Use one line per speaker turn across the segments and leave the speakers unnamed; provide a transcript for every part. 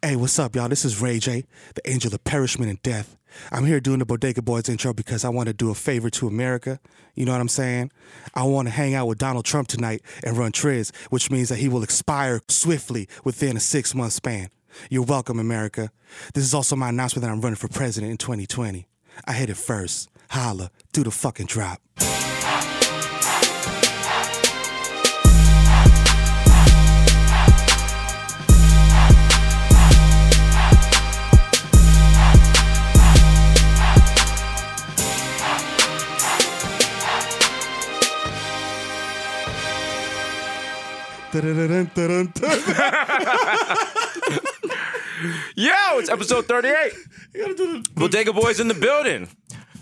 Hey, what's up, y'all? This is Ray J, the angel of perishment and death. I'm here doing the Bodega Boys intro because I want to do a favor to America. You know what I'm saying? I want to hang out with Donald Trump tonight and run Triz, which means that he will expire swiftly within a six month span. You're welcome, America. This is also my announcement that I'm running for president in 2020. I hit it first. Holla, do the fucking drop. Dun-dun-dun, dun-dun-dun.
Yo, it's episode 38.
You gotta do the-
Bodega Boys in the building.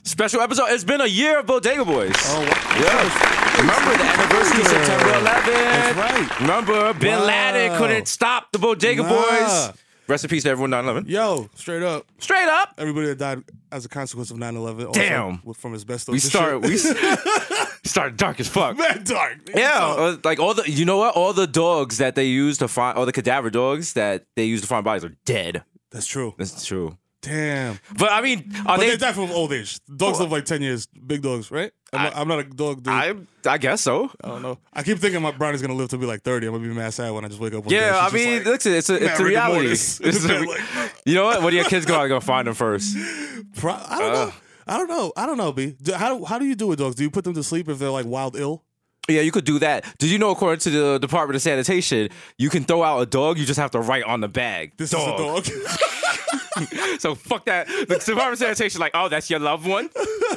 Special episode. It's been a year of Bodega Boys. Oh, wow. Yes. Remember the anniversary, September 11th. That's
right.
Remember, Bin
Wow.
Laden couldn't stop the Bodega
Nah.
Boys. Rest in peace to everyone 9 11.
Yo, straight up.
Straight up.
Everybody that died as a consequence of 9 11.
Damn.
From asbestos.
We
and
start,
shit.
we start dark as fuck.
Mad dark. nigga.
Yeah,
So-
uh, like all the, you know what? All the dogs that they use to find, all the cadaver dogs that they use to find bodies are dead.
That's true.
That's true.
Damn.
But I mean, are
But they,
they?
die from old age. Dogs live like 10 years. Big dogs, right? I'm, not, I'm not a dog dude. I,
I, I guess so.
don't know. I keep thinking my Bronny's going to live to be like 30. I'm going to be mad sad when I just wake up one day.
Yeah, I
She's just
mean,
like,
look, it's a, it's a
Maverick
reality.
Immortus.
It's a-
Like,
you know what? What do your kids go out and go find them first?
pro- I don't
uh,
know. I don't know. I don't know, B. Do- How do, how do you do with dogs? Do you put them to sleep if they're like wild ill?
Yeah, you could do that. Did you know, according to the Department of Sanitation, you can throw out a dog. You just have to write on the bag.
This
dog.
is a dog.
so fuck that. The Department of Sanitation, like, oh, that's your loved one.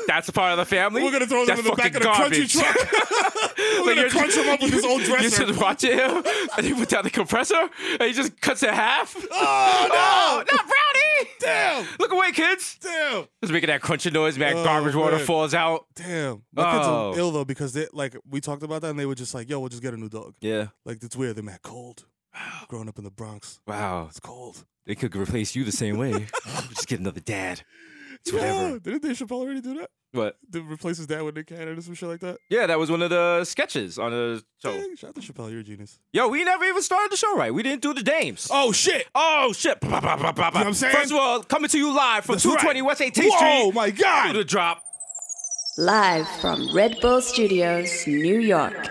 That's a part of the family.
We're going to throw them
That's
in the back of
fucking
the
garbage.
crunchy truck.
We're
gonna crunch him up with this old
You
dresser.
just watching him, and he put down the compressor, and he just cuts it in half.
Oh,
Oh, not brownie!
Damn.
Look away, kids.
Damn.
Just making that crunching noise, man.
Oh,
garbage water
man.
falls out.
Damn. My kids
Oh.
are ill though because they like we talked about that and they were just like, yo, we'll just get a new dog.
Yeah.
Like it's weird. They're mad cold. Growing up in the Bronx.
Wow.
It's cold.
They could replace you the same way. Oh, Just get another dad. It's
Yeah,
whatever.
Didn't Dave Chappelle already do that?
But
Did replace his dad with Nick Cannon or some shit like that?
yeah, that was one of the sketches on the show.
Dang, shout out to Chappelle, you're a genius.
Yo, we never even started the show right. We didn't do the dames.
Oh shit!
Oh, shit. Ba, ba, ba, ba, ba, ba.
what I'm saying?
First of all, coming to you live from
That's
220
right.
West 18th Street.
Whoa, my
Do the
god!
drop.
Live from Red Bull Studios, New York.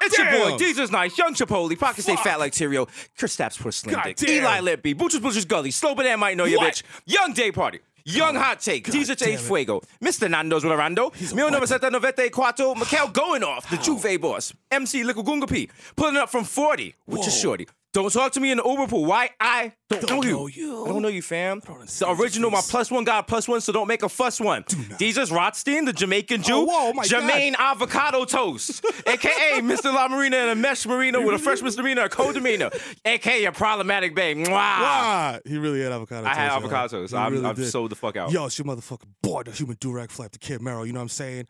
It's your boy,
Damn.
Jesus Nice, Young Chipotle, Pocket State Fat Like Terrio, Kristaps Porzlindic,
Goddamn.
Eli Lippy, Butchers Butchers Gully, Slow Banana Might Know Your
What?
Bitch, Young Day Party. Young Hot Take, DJ J
damn it.
Fuego, Mr. Nando's Rolando, Mil Number Seta Novete Cuatro, Mikel going off, the Juve boss, MC Lickle P, pulling up from 40 with your
Whoa.
shorty. Don't talk to me in the Uber pool. Why I don't,
Don't
know,
know
you.
you.
I don't know you, fam.
understand
The
your
original, my
face.
plus one got plus one, so don't make a fuss one. Jesus Rothstein, the Jamaican Jew,
Oh, whoa, my God.
Jermaine avocado toast, aka Mr. La Marina and a mesh marina with a fresh misdemeanor, a cold demeanor, aka a problematic babe. Mwah.
Ah, he really had avocado.
I had
toast, yo.
avocado toast.
He
I'm,
really
I'm
did.
sold the fuck out.
Yo, she Oh, motherfucking bored the human durag flap the kid Merrill, you know what I'm saying?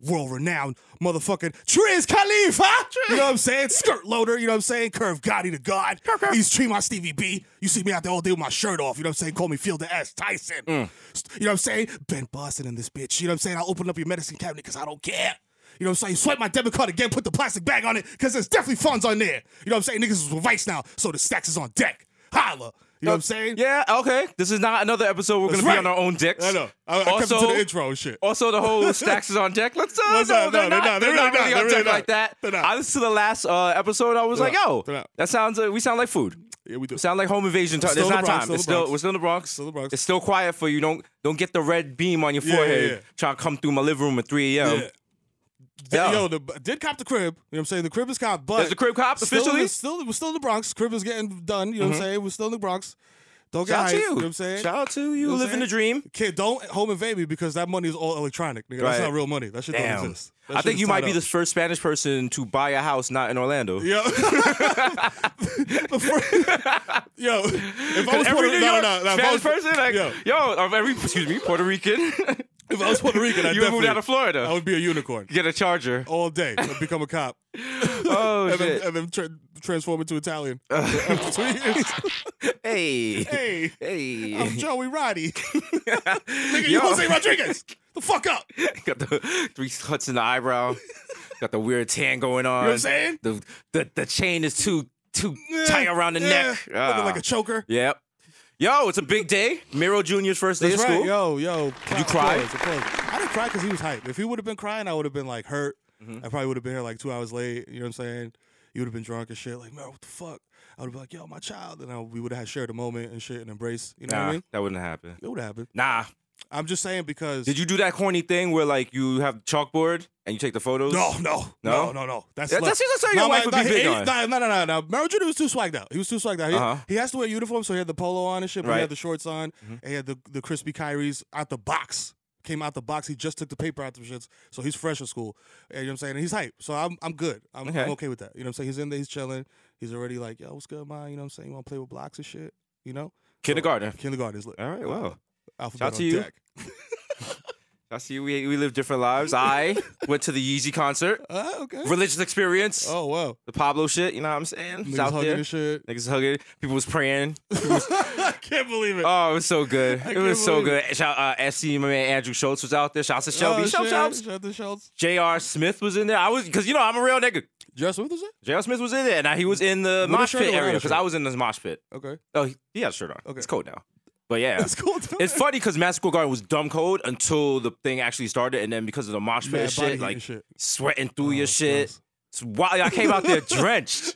World renowned motherfucking Triz Khalifa. You know what I'm saying? Skirt loader, you know what I'm saying? Curve Gotti the God. He's tree my Stevie B. You see me out there all day with my shirt off, you know what I'm saying? Call me Fielder S. Tyson. You know what I'm saying? Ben Boston in this bitch. You know what I'm saying? I'll open up your medicine cabinet because I don't care. You know what I'm saying? Swipe my debit card again, put the plastic bag on it, because there's definitely funds on there. You know what I'm saying? Niggas is with Vice now, so the stacks is on deck. Holla. You know what I'm saying?
Yeah, okay. This is not another episode. We're
That's
gonna be
right.
on our own dicks.
I know. I, I kept it to the intro and shit.
Also, the whole stacks is on deck. Let's uh,
Let's
no,
not-
they're
no,
not.
they're not. They're
They're
really
not
not.
really on
They're
deck
really
like that.
not. They're not.
I listened to the last uh, episode. I was like,
not.
yo,
They're not.
that sounds. Uh, we sound like food.
Yeah, we do.
We sound like home invasion. time.
Still
It's
the
not
Bronx,
time.
still
It's
the
still
Bronx.
we're still in the Bronx.
Still the Bronx.
It's still quiet for you. Don't don't get the red beam on your
Yeah, yeah,
forehead
yeah.
trying to come through my living room at 3 a.m.
Yeah. Did-
Yeah.
Yo, the, did cop the crib. You know what I'm saying? The crib is cop, but
Is the crib copped
still in the-
officially? Mm-hmm.
Still, we're still in the Bronx. Crib is getting done. You know what I'm saying? We're still in the Bronx. Don't get
Shout out to
hyped,
you.
know what I'm saying?
Shout out to you,
know what I'm
living the
saying?
dream.
Kid, don't home invade me because that money is all electronic. Nigga. That's
Right.
not real money. That shit don't
Damn.
exist. That
I
shit
think
is
you might
tied
be
up.
the first Spanish person to buy a house not in Orlando.
Yo. Before- yo, if I was
every
Puerto no,
New
no,
York
no, no, if I
Spanish
was-
person, like, yo,
yo,
of every excuse me, Puerto Rican.
if I was Puerto Rican, I
you would move
definitely- Oh.
down to Florida.
I would be a unicorn
get a charger.
all day. I'd become a cop.
Oh
and then,
shit!
and then tra- transform into Italian after two years.
Hey,
hey,
hey.
I'm Joey Roddy. Nigga,
Yo.
you Jose Rodriguez. The fuck up. You
Got the three cuts in the eyrow. Got the weird tan going on.
know what I'm saying?
The the, the chain is too too tight around the
Yeah.
neck.
Looking like
Ah.
a choker.
Yep. Yo, it's a big day. Miro Jr.'s first day
That's
of
right.
school.
Yo, yo. Did
you cry?
I didn't cry because he was hype. If he would have been crying, I would have been like hurt.
Mm-hmm.
I probably would have been here like two hours late. You know what I'm saying? You would have been drunk and shit. Like, man, what the fuck? I would have been like, yo, my child. And I, we would have had shared a moment and shit and embrace. You know what I
Nah,
mean?
that wouldn't happen.
It would have happened.
Nah.
I'm just saying because.
Did you do that corny thing where like you have chalkboard and you take the photos?
No, no,
No?
no, no, no. That's
That- that
left.
seems like something your wife would be big on.
No, no, no, no. Meryl Jr. was too swagged out. He was too swagged out. He,
Uh-huh.
he has to wear a uniform, so he had the polo on and shit, but
Right. Mm-hmm.
he had the shorts on. And he had the, the crispy Kyries out the box. Came out the box. He just took the paper out the shits, so he's fresh at school. And you know what I'm saying? And he's hype. So I'm I'm good. I'm
Okay.
I'm okay with that. You know what I'm saying? He's in there, he's chilling. He's already like, yo, what's good, man? You know what I'm saying? You wanna play with blocks and shit? You know?
Kindergarten.
Kindergarten is lit.
All right, well.
Alphabet
Shout
on
to you.
deck.
I see we we live different lives. I went to the Yeezy concert.
Ah, okay.
Religious experience.
Oh wow.
The Pablo shit, you know what I'm saying? It's
Niggas
out
hugging
there.
and shit.
Niggas hugging. People was praying.
I can't believe it.
Oh, it was so good. it
can't
was so
believe
good. Shout uh FC, my man Andrew Schultz was out there. Shouts to Shelby.
Oh,
Shout
shit.
Shouts.
Shout to Schultz.
J.R. Smith was in there. I was because you know I'm a real nigga.
Just what was it?
J.R. Smith was in there, and he was in the
With a
mosh
shirt or
pit
without
area
a
because
shirt?
I was in this mosh pit.
Okay.
Oh, he, he had a shirt on.
Okay.
It's cold now, but yeah,
It's cool. too.
It's funny because Madison Square Garden was dumb cold until the thing actually started, and then because of the mosh pit
Mad
and
body
shit,
heat
like
and shit.
sweating through
Oh,
your
it's
shit.
gross.
It's wild. I came out there drenched.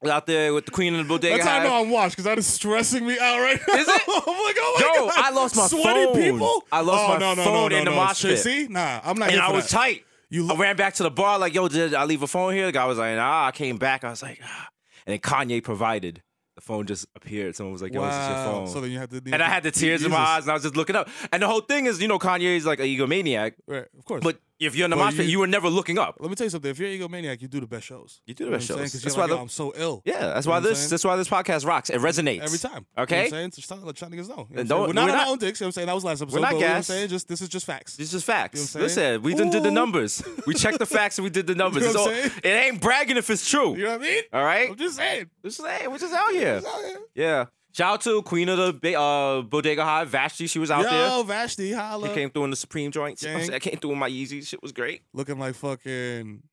Was out there with the Queen of the Bodega.
That's how I
hat.
know I'm washed because that is stressing me out right now.
Is it?
I'm like, oh my
Yo,
god.
I lost my
Sweaty
phone.
people.
I lost
oh,
my
no, no,
phone
no, no,
in the
no.
mosh pit.
See, nah, I'm not.
and
here
I
for
was
that.
tight.
You
I
look.
ran back to the bar like, yo, did I leave a phone here? The guy was like, nah. I came back. I was like, ah. and then Kanye provided. The phone just appeared. Someone was like, yo, is this your
Wow.
phone?
So then you have to.
and I had the tears in my eyes, and I was just looking up. And the whole thing is, you know, Kanye is like an egomaniac,
Right. Of course.
but if you're in the
Well,
mosh pit,
you-
you were never looking up.
let me tell you something. If you're an egomaniac, you do the best shows.
You do the
know
best
what I'm
shows.
saying? 'Cause you're
That's why
like,
the-
yo, I'm so ill.
Yeah, that's
You know what
why
I'm
this
saying?
that's why this podcast rocks. It resonates
Every time. You know what
Okay,
I'm saying? Just trying to let y'all niggas know. You know what I'm
And don't-
saying? we're not
we're
on
not-
our own dicks. You know what I'm saying? That was last episode.
not
but You know what I'm
gassed.
saying? Just, this is just facts.
it's just facts.
You know what I'm saying?
Listen, we done did the
Ooh.
numbers. We checked the facts and we did the numbers.
You know
It's
what
all,
I'm saying?
it ain't bragging if it's true.
You know what I mean?
All right,
I'm just saying.
Just saying, we're just out here.
It's out here.
Yeah. Shout out to Queen of the ba- uh, Bodega High, Vashti. She was out
Yo, Vashti,
there.
holla.
She came through in the Supreme joints. You know what I'm
Gang.
saying? I came through in my Yeezy. Shit was great.
Looking like fucking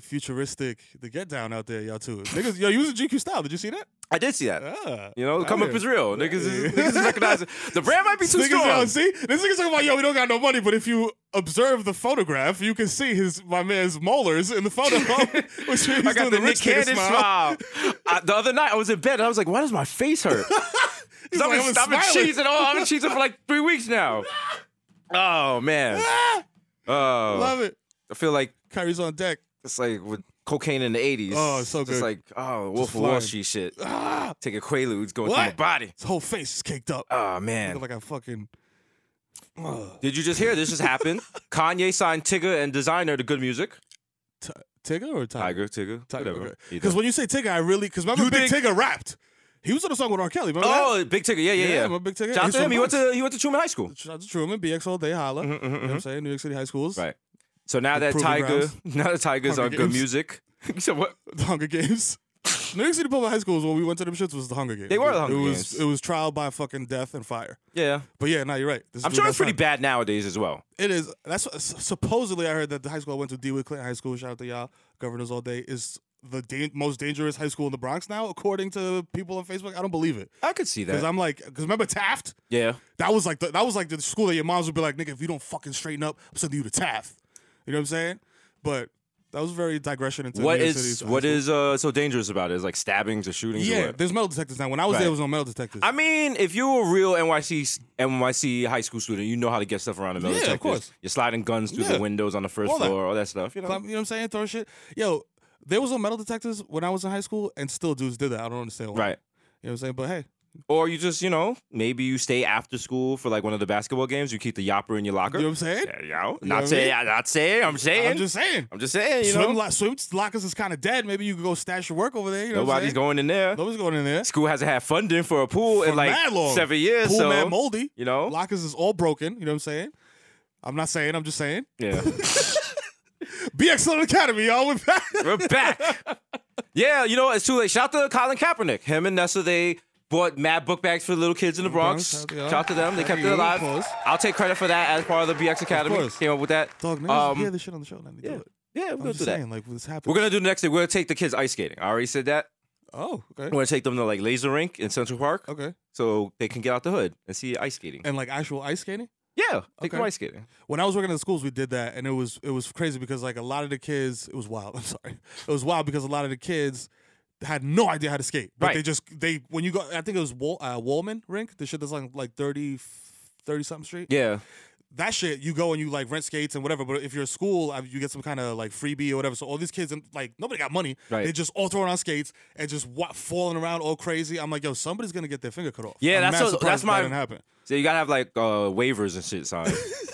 futuristic. The get down out there, y'all too. Niggas, yo, you was a GQ style. Did you see that?
I did see that.
Ah.
You know, the
out
come up
here.
is real. Niggas is,
Yeah.
niggas is recognizing. The brand might be too
Niggas, yo,
strong.
see, this nigga's talking about yo, we don't got no money, but if you observe the photograph, you can see his my man's molars in the photo. which he's
I
doing
got the Nick
rich nigga
Cannon smile. I- the other night, I was in bed and I was like, why does my face hurt? 'Cause
He's
I've
like,
been, I've
I'm
been
smiling.
cheesing. Oh, I've been cheesing for like three weeks now. Oh, man. Oh,
Ah, Love it.
I feel like
Kyrie's on deck.
It's like with cocaine in the eighties.
Oh, it's so
It's
good.
like oh, Wolf of Wall
flying.
Street shit.
Ah,
Taking quaaludes, going through
What?
my body.
his whole face is caked up.
Oh
Looking
man!
like I fucking. uh,
Did you just hear this just happened? Kanye signed Tigger and Designer to Good Music.
T- Tigger or Tiger?
Tiger, Tigger, whatever.
Because
Either.
when you say Tigger, I really because remember
You
Big
think-
Tigger rapped. He was on a song with R. Kelly. Remember
Oh, Big Tigger, yeah, yeah,
Yeah,
yeah.
my Big Tigger.
Shout out
He's
to
from
him. He went
Bronx.
to he went to Truman High School.
that? Shout out to Truman, BX all day, holla. You know what I'm saying? New York City high schools.
Mm-hmm, Right. So now that
Proving
Tiger,
grounds.
now that Tiger's
Hunger
on Good
Games.
Music. He said what?
The Hunger Games. New York City public high schools when we went to them shits was the Hunger Games.
They were the Hunger
it was,
Games.
It was trial by fucking death and fire.
Yeah.
But yeah, no, you're right. This
I'm
dude
sure
that
it's pretty
signed-
bad nowadays as well.
It is. That's what- supposedly I heard that the high school I went to, DeWitt Clinton High School. Shout out to y'all, governors all day is the da- most dangerous high school in the Bronx now, according to people on Facebook. I don't believe it
I could see
because
that.
I'm like, because remember Taft?
Yeah.
That was like the, that was like the school that your moms would be like, nigga, if you don't fucking straighten up, I'm sending you to Taft. You know what I'm saying? But that was very digression into
What
New York
is
City's high
what
school.
is uh so dangerous about it? Is like stabbings or shootings? or
Yeah,
what?
there's metal detectors now. When I was
Right.
there, there was no metal detectors.
I mean, if you're a real NYC s- NYC high school student, you know how to get stuff around the middle.
Yeah, of
detectors.
course.
You're sliding guns through
Yeah.
the windows on the first
All that.
floor, all that stuff. You know,
Climb- you know what I'm saying? Throw shit. Yo, there was no metal detectors when I was in high school, and still dudes did that. I don't understand why.
right?
You know what I'm saying? But hey,
Or you just, you know, maybe you stay after school for like one of the basketball games. You keep the yopper in your locker.
you know what I'm saying?
yeah, you know,
what I
not
mean?
saying, I'm not saying, I'm saying,
I'm just saying.
I'm just saying, you
swim,
know,
lo- swim lockers is kind of dead. Maybe you could go stash your work over there. You know what I'm
nobody's
saying?
going in there.
Nobody's going in there.
School hasn't had funding for a pool in
For
like
mad long.
seven years.
Pool
so
man moldy.
you know?
lockers is all broken. You know what I'm saying? I'm not saying. I'm just saying.
yeah,
Be excellent academy, y'all. We're back.
we're back. yeah, you know, it's too late. Shout out to Colin Kaepernick. Him and Nessa, they bought mad book bags for the little kids in the Bronx.
Bronx,
Shout
yeah.
out to them. They
Shout
kept
to
it
you,
alive.
of course.
I'll take credit for that as part of the BX Academy.
course.
Came up with that.
Dog, niggas
Um,
hear this shit on the show. Let me do it.
Yeah, we'll
I'm
go
just
through that.
saying, like, what's happening?
We're gonna do the next thing. We're gonna take the kids ice skating. I already said that.
oh, okay,
We're gonna take them to like laser rink in Central Park,
okay,
so they can get out the hood and see ice skating.
and like actual ice skating.
yeah, take them
Okay.
ice skating.
when I was working in the schools, we did that, and it was it was crazy because like a lot of the kids, it was wild. I'm sorry, it was wild because a lot of the kids had no idea how to skate, but they
Right.
just they when you go, I think it was Wal, uh, Wallman Rink, the shit that's on like 30, 30 something street.
Yeah,
That shit, you go and you like rent skates and whatever. But if you're a school, uh, you get some kind of like freebie or whatever. So all these kids and like nobody got money.
Right.
They just all throwing on skates and just wa- falling around all crazy. I'm like, yo, somebody's gonna get their finger cut off.
Yeah,
I'm
that's
mad
what-
surprised
that's
that
my-
didn't happen.
so you gotta have like uh, waivers and shit signed.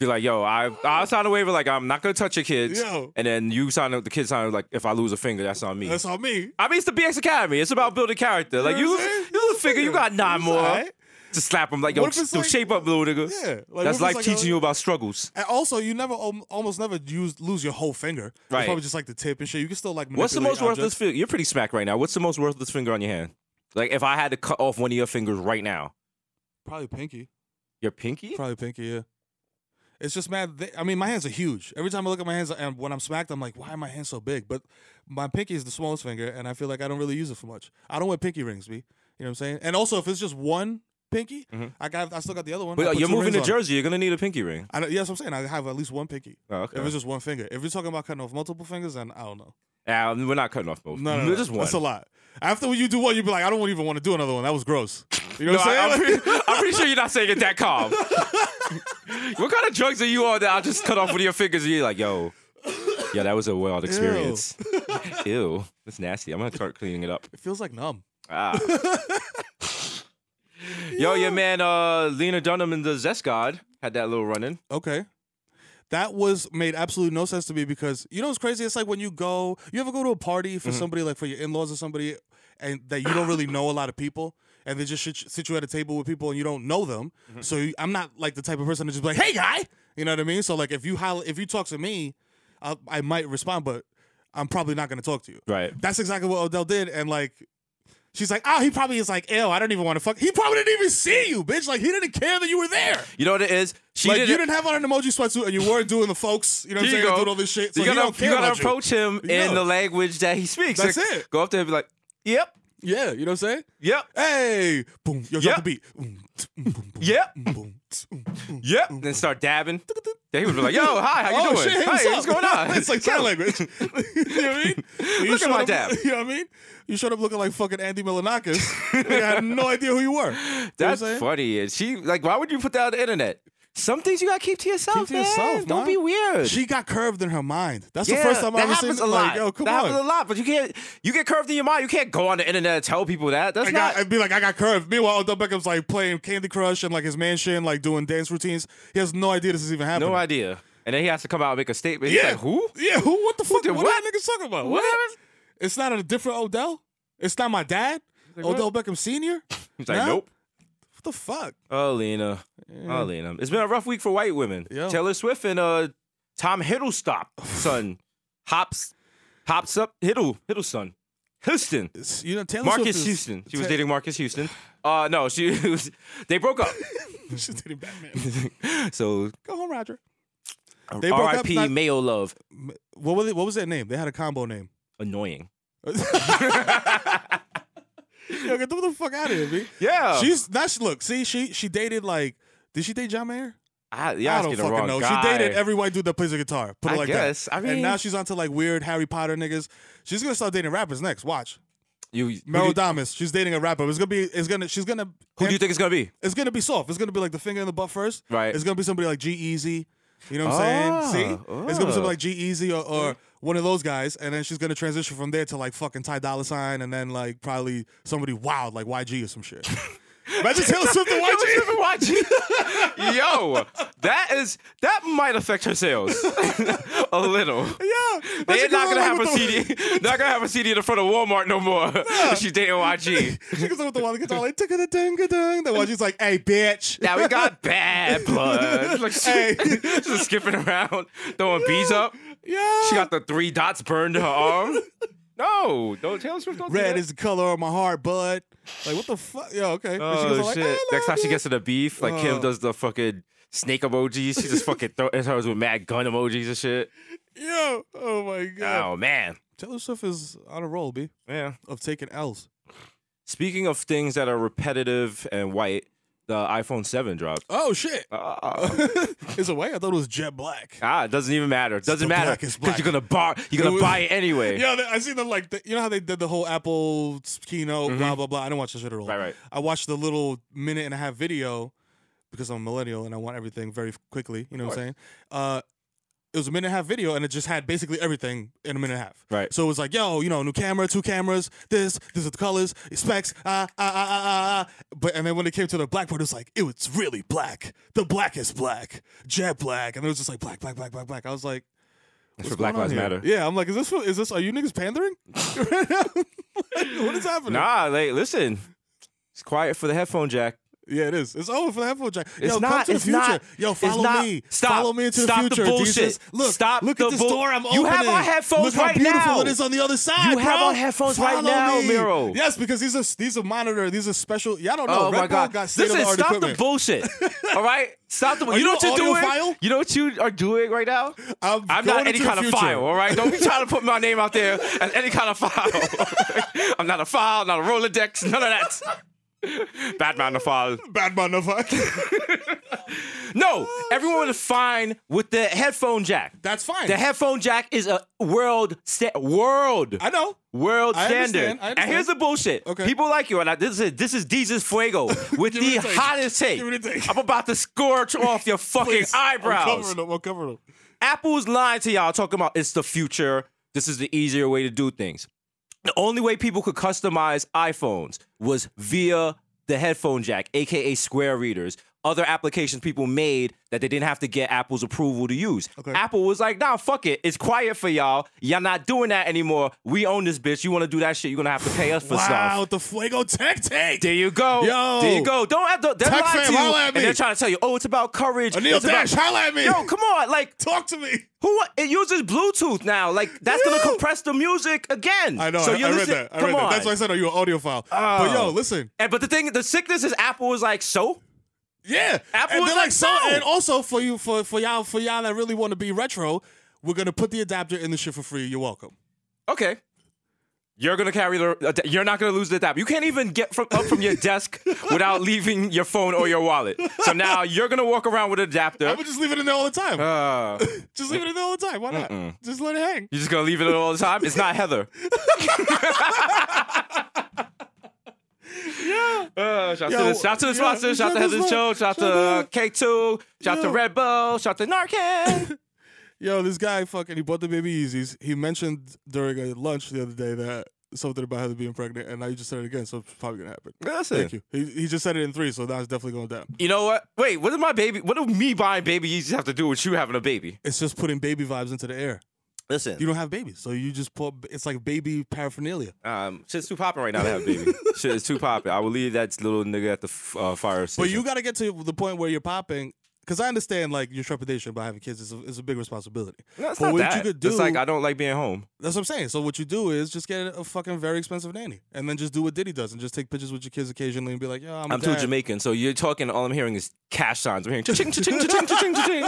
Be like, yo, I I signed a waiver like I'm not gonna touch your kids,
Yo.
and then you sign up the kids sign like if I lose a finger, that's on me.
That's on me.
I mean, it's the BX Academy. It's about building character. Like
know
you,
what I'm saying?
you little figure, you got nine
It's
more.
alright.
Just slap him like yo,
What if it's
yo,
like-
shape up, little nigga.
Yeah, like, what if
that's
it's
life
like
teaching
a-
you about struggles.
And also, you never al- almost never use lose your whole finger. It's
Right.
probably just like the tip and shit. You can still like.
What's the
manipulate
most worthless
objects.
finger? You're pretty smack right now. What's the most worthless finger on your hand? Like if I had to cut off one of your fingers right now,
Probably pinky.
your pinky.
Probably pinky. Yeah. It's just mad. They, I mean, my hands are huge. Every time I look at my hands, uh, and when I'm smacked, I'm like, why are my hands so big? But my pinky is the smallest finger, and I feel like I don't really use it for much. I don't wear pinky rings, b. You know what I'm saying? And also, if it's just one pinky, I got, I still got the other one. I
Mm-hmm. But
put
oh, you're
two
moving
rings
to
on.
Jersey. You're gonna need a pinky ring.
I know, yes, I'm saying I have at least one pinky.
Oh, okay.
If it's just one finger, if you're talking about cutting off multiple fingers, then I don't know.
Nah, Ah, we're not cutting off both.
No, no, no.
just one.
That's a lot. After you do one, you'd be like, I don't even want to do another one. That was gross. You know
No,
what
I,
I'm
am
saying?
pretty, I'm pretty sure you're not saying it that calm. what kind of drugs are you on that I'll just cut off with your fingers and you're like, yo, yeah, that was a wild experience. Ew. that's nasty. I'm going to start cleaning it up.
it feels like numb.
Ah. yo, your man uh, Lena Dunham and the Zest God had that little run in.
Okay. That was made absolutely no sense to me because you know what's crazy? It's like when you go, you ever go to a party for somebody, like for your in laws or somebody, and that you don't really know a lot of people, and they just sit, sit you at a table with people and you don't know them. So you, I'm not like the type of person to just be like, "Hey, guy," you know what I mean? So like if you holler, if you talk to me, I, I might respond, but I'm probably not going to talk to you.
Right.
That's exactly what Odell did, and like. She's like, oh, he probably is like, ew, I don't even want to fuck. He probably didn't even see you, bitch. Like, he didn't care that you were there
You know what it is? She
like you didn't have on an emoji sweatsuit and you weren't doing the folks, you know what I'm
Here
saying?
you go.
Doing all this shit. So
you
he
gotta,
don't care
you gotta
about you.
approach him
You
in
know.
the language that he speaks.
That's
Like,
it.
Go up to him and be like, yep,
Yeah, you know what I'm saying?
yep,
Hey, boom, yo, drop
Yeah.
the beat. Mm, t- mm, boom, boom,
Yeah.
mm, boom, t- mm, mm.
yep. And then start dabbing. Then he would be like, yo, hi, how you
oh
doing?
shit, hey,
hey,
what's, up?
what's going on?
it's like sign language. you know what I mean? You
Look at
showed
my
up-
dab.
You know what I mean? You showed up looking like fucking Andy Milanakis. I had no idea who you were. You know what I'm
That's
saying?
funny. And she like, why would you put that on the internet? Some things you gotta keep to yourself.
Keep to yourself,
man. Don't
man.
be weird.
She got curved in her mind. That's
yeah,
the first time I
that
ever seen
happens
it.
a lot.
Like, yo, come
that
on.
happens a lot, but you can't. You get curved in your mind. You can't go on the internet and tell people that. That's
I
not.
got, I'd be like, I got curved. Meanwhile, Odell Beckham's like playing Candy Crush and like his mansion, like doing dance routines. He has no idea this is even happening.
no idea. And then he has to come out and make a statement. He's
Yeah.
like, who?
Yeah, who? What the fuck?
did
What,
what?
are that niggas talking about?
What?
It's not a different Odell. It's not my dad. Odell Beckham Senior.
He's like, nope.
What the fuck?
Oh, Lena. Oh, Lena. It's been a rough week for white women.
Yeah.
Taylor Swift and uh, Tom Hiddlestop son hops hops up Hiddle Hiddleston Houston.
It's- you know, Taylor
Marcus
Swift is-
Houston. She was
Ta-
dating Marcus Houston. Uh, no, she was, they broke up.
She's dating Batman.
so
Go home, Roger. They broke up
R.I.P.
not-
Mayo Love.
What was it? What was that name? They had a combo name.
Annoying.
Yo, get the the fuck out of here, B.
Yeah.
She's now. She, look, see, she she dated like. Did she date John Mayer?
I, you're asking
I
the
don't
wrong
fucking know.
guy.
She dated every white dude that plays a guitar. Put it
I
like
guess.
that.
I mean-
and now she's onto like weird Harry Potter niggas. She's gonna start dating rappers next. Watch.
you. Who do,
Meryl
you-
Damas. She's dating a rapper. It's gonna be. It's gonna. She's gonna.
who do you think it's gonna be?
It's gonna be soft. It's gonna be like the finger in the butt first.
Right.
It's gonna be somebody like G Easy. You know what I'm
Ah,
saying? See, it's gonna be
oh.
somebody like G Easy or, or one of those guys, and then she's gonna transition from there to like fucking Ty Dolla Sign, and then like probably somebody wild like YG or some shit. Imagine Taylor Swift and
Yo,
YG.
what's even YG? Yo, that is that might affect her sales a little.
Yeah,
They're
Imagine
not
goes out
gonna have a
with the-
CD. Not gonna have a CD in the front of Walmart no more. if She's dating YG.
She goes up with the wild guitar like ticka da ding ding. The YG's like, "Hey, bitch."
Now we got bad blood. Like she,
Hey.
just skipping around, throwing bees up.
Yeah.
She got the three dots burned to her arm. No, don't Taylor Swift. Don't do
red
that.
is the color of my heart, bud. Like what the fuck? Yo, okay. And she
Oh
goes all like,
shit!
"I
Next
love
time she
you."
gets to the beef, like Kim
Oh.
does the fucking snake emojis. She just fucking throws hers with mad gun emojis and shit.
Yo, oh my god.
Oh man.
Taylor Swift is on a roll, B,
Yeah.
of taking L's.
Speaking of things that are repetitive and white, the iPhone 7 dropped.
Oh shit.
Ah,
it's a way. I thought it was jet black.
ah, it doesn't even matter. It doesn't
Still
matter
black is
because
black.
you're gonna bar, you're
It
gonna
was-
buy it anyway.
Yeah, they- I seen them like the, you know how they did the whole Apple keynote, blah blah blah. I don't watch this shit at all.
Mm-hmm. Right, right.
I watched the little minute and a half video because I'm a millennial and I want everything very quickly. You know what I'm saying? Uh, it was a minute and a half video and it just had basically everything in a minute and a half.
Right.
So it was like, yo, you know, new camera, two cameras, this, these are the colors, specs, ah, ah, ah, ah, ah, ah. But and then when it came to the black part, it was like, it was really black. The blackest black, jet black, and it was just like black, black, black, black, black. I was like.
That's for
What's
Black
going
Lives
on
Matter.
here? Yeah, I'm like, is this is this? Are you niggas pandering? Right now? Like, what is happening?
Nah, like listen, it's quiet for the headphone jack.
Yeah, it is. It's over for the Apple Jack. Yo,
It's
come
not-
to the
it's
future.
not-
Yo,
it's
follow
not-
me.
Stop.
Follow me into
Stop the
the future.
bullshit.
Jesus. Look,
Stop
look
the
at this
bull-
door I'm opening.
You have our headphones
look how
right
beautiful
now.
it is on the other side.
You have
bro.
our headphones right
Follow
now,
me.
Miro.
Yes, because these are these are monitor. These are special. Y'all don't know.
oh
Red
my
Bull
god!
got
Listen,
state-of-the-art
stop
equipment.
the bullshit. All right, stop the.
Are you
know what
an
you're doing?
audiophile?
You know what you are doing right now?
I'm going
not any
into the
kind of
future.
file. All right, don't be trying to put my name out there as any kind of file. I'm not a file, not a Rolodex, none of that. Batman the file.
Bad motherfucker.
No, everyone is fine with the headphone jack.
That's fine.
The headphone jack is a world sta- world
I know.
world
I understand,
standard.
I
And here's
understand.
the bullshit.
Okay.
People like you, and I, this is this is Deezus Fuego with
Give me
the
the take.
hottest take.
Give me the take.
I'm about to scorch off your fucking
Please, I'm
eyebrows.
covering them. I'm covering them.
Apple's lying to y'all talking about it's the future. This is the easier way to do things. The only way people could customize iPhones was via the headphone jack, aka square readers. Other applications people made that they didn't have to get Apple's approval to use.
Okay.
Apple was like, nah, fuck it. It's quiet for y'all. Y'all not doing that anymore. We own this bitch. You want to do that shit, you're going to have to pay us for stuff.
Wow, the Fuego Tech Tank.
There you go.
Yo.
There you go. Don't have to. They're
Tech
lying
fam,
to you.
holla at
and
me.
they're trying to tell you, oh, it's about courage.
Anil
It's about-
Dash, holla at me.
Yo, come on. Like,
Talk to me.
who it uses Bluetooth now? Like that's gonna
Yeah.
compress the music again.
I know.
So
I,
you're
I read
listening-
that. I
come
read
on.
that. That's why I said, "Are you an audiophile?" but yo, listen.
and, but the thing, the sickness is Apple was like, so
Yeah,
Apple
and
was
they're
like,
like, so.
"No."
And also for you, for for y'all, for y'all that really want to be retro, we're gonna put the adapter in the shit for free. You're welcome.
okay. You're gonna carry the. You're not gonna lose the app. You can't even get from up from your desk without leaving your phone or your wallet. So now you're gonna walk around with
I
an adapter.
would just leave it in there all the time.
Uh,
just leave it in there all the time. Why not? Just let it hang.
you're just gonna leave it all the time. It's not Heather. yeah. Uh, shout,
Yo,
to the, shout to the
yeah,
sponsors. shout,
shout
to
to
Heather's
Spon-
show. Shout, to uh,
shout
K2. Shout to
Yo.
Red Bull. Shout to Narcan.
Yo, this guy fucking he bought the baby Yeezys. He mentioned during a lunch the other day that something about Heather being pregnant, and now you just said it again, so it's probably gonna happen.
Listen.
Thank you. He, he just said it in three, so now it's definitely going down.
You know what? Wait, what does my baby? What do me buying baby Yeezys have to do with you having a baby?
It's just putting baby vibes into the air.
Listen,
You don't have babies, so you just put. It's like baby paraphernalia.
um, shit's too popping right now to have a baby. Shit is too popping. I will leave that little nigga at the f- uh, fire station.
But you got to get to the point where you're popping. Because I understand like your trepidation about having kids is a, is a big responsibility.
No, it's
but
not
what
that.
you could do,
it's like I don't like being home.
that's what I'm saying. So what you do is just get a fucking very expensive nanny, and then just do what Diddy does, and just take pictures with your kids occasionally, and be like, "Yo, I'm, a
I'm too
dad."
Jamaican, so you're talking. All I'm hearing is cash signs. I'm hearing ching ching ching ching ching ching.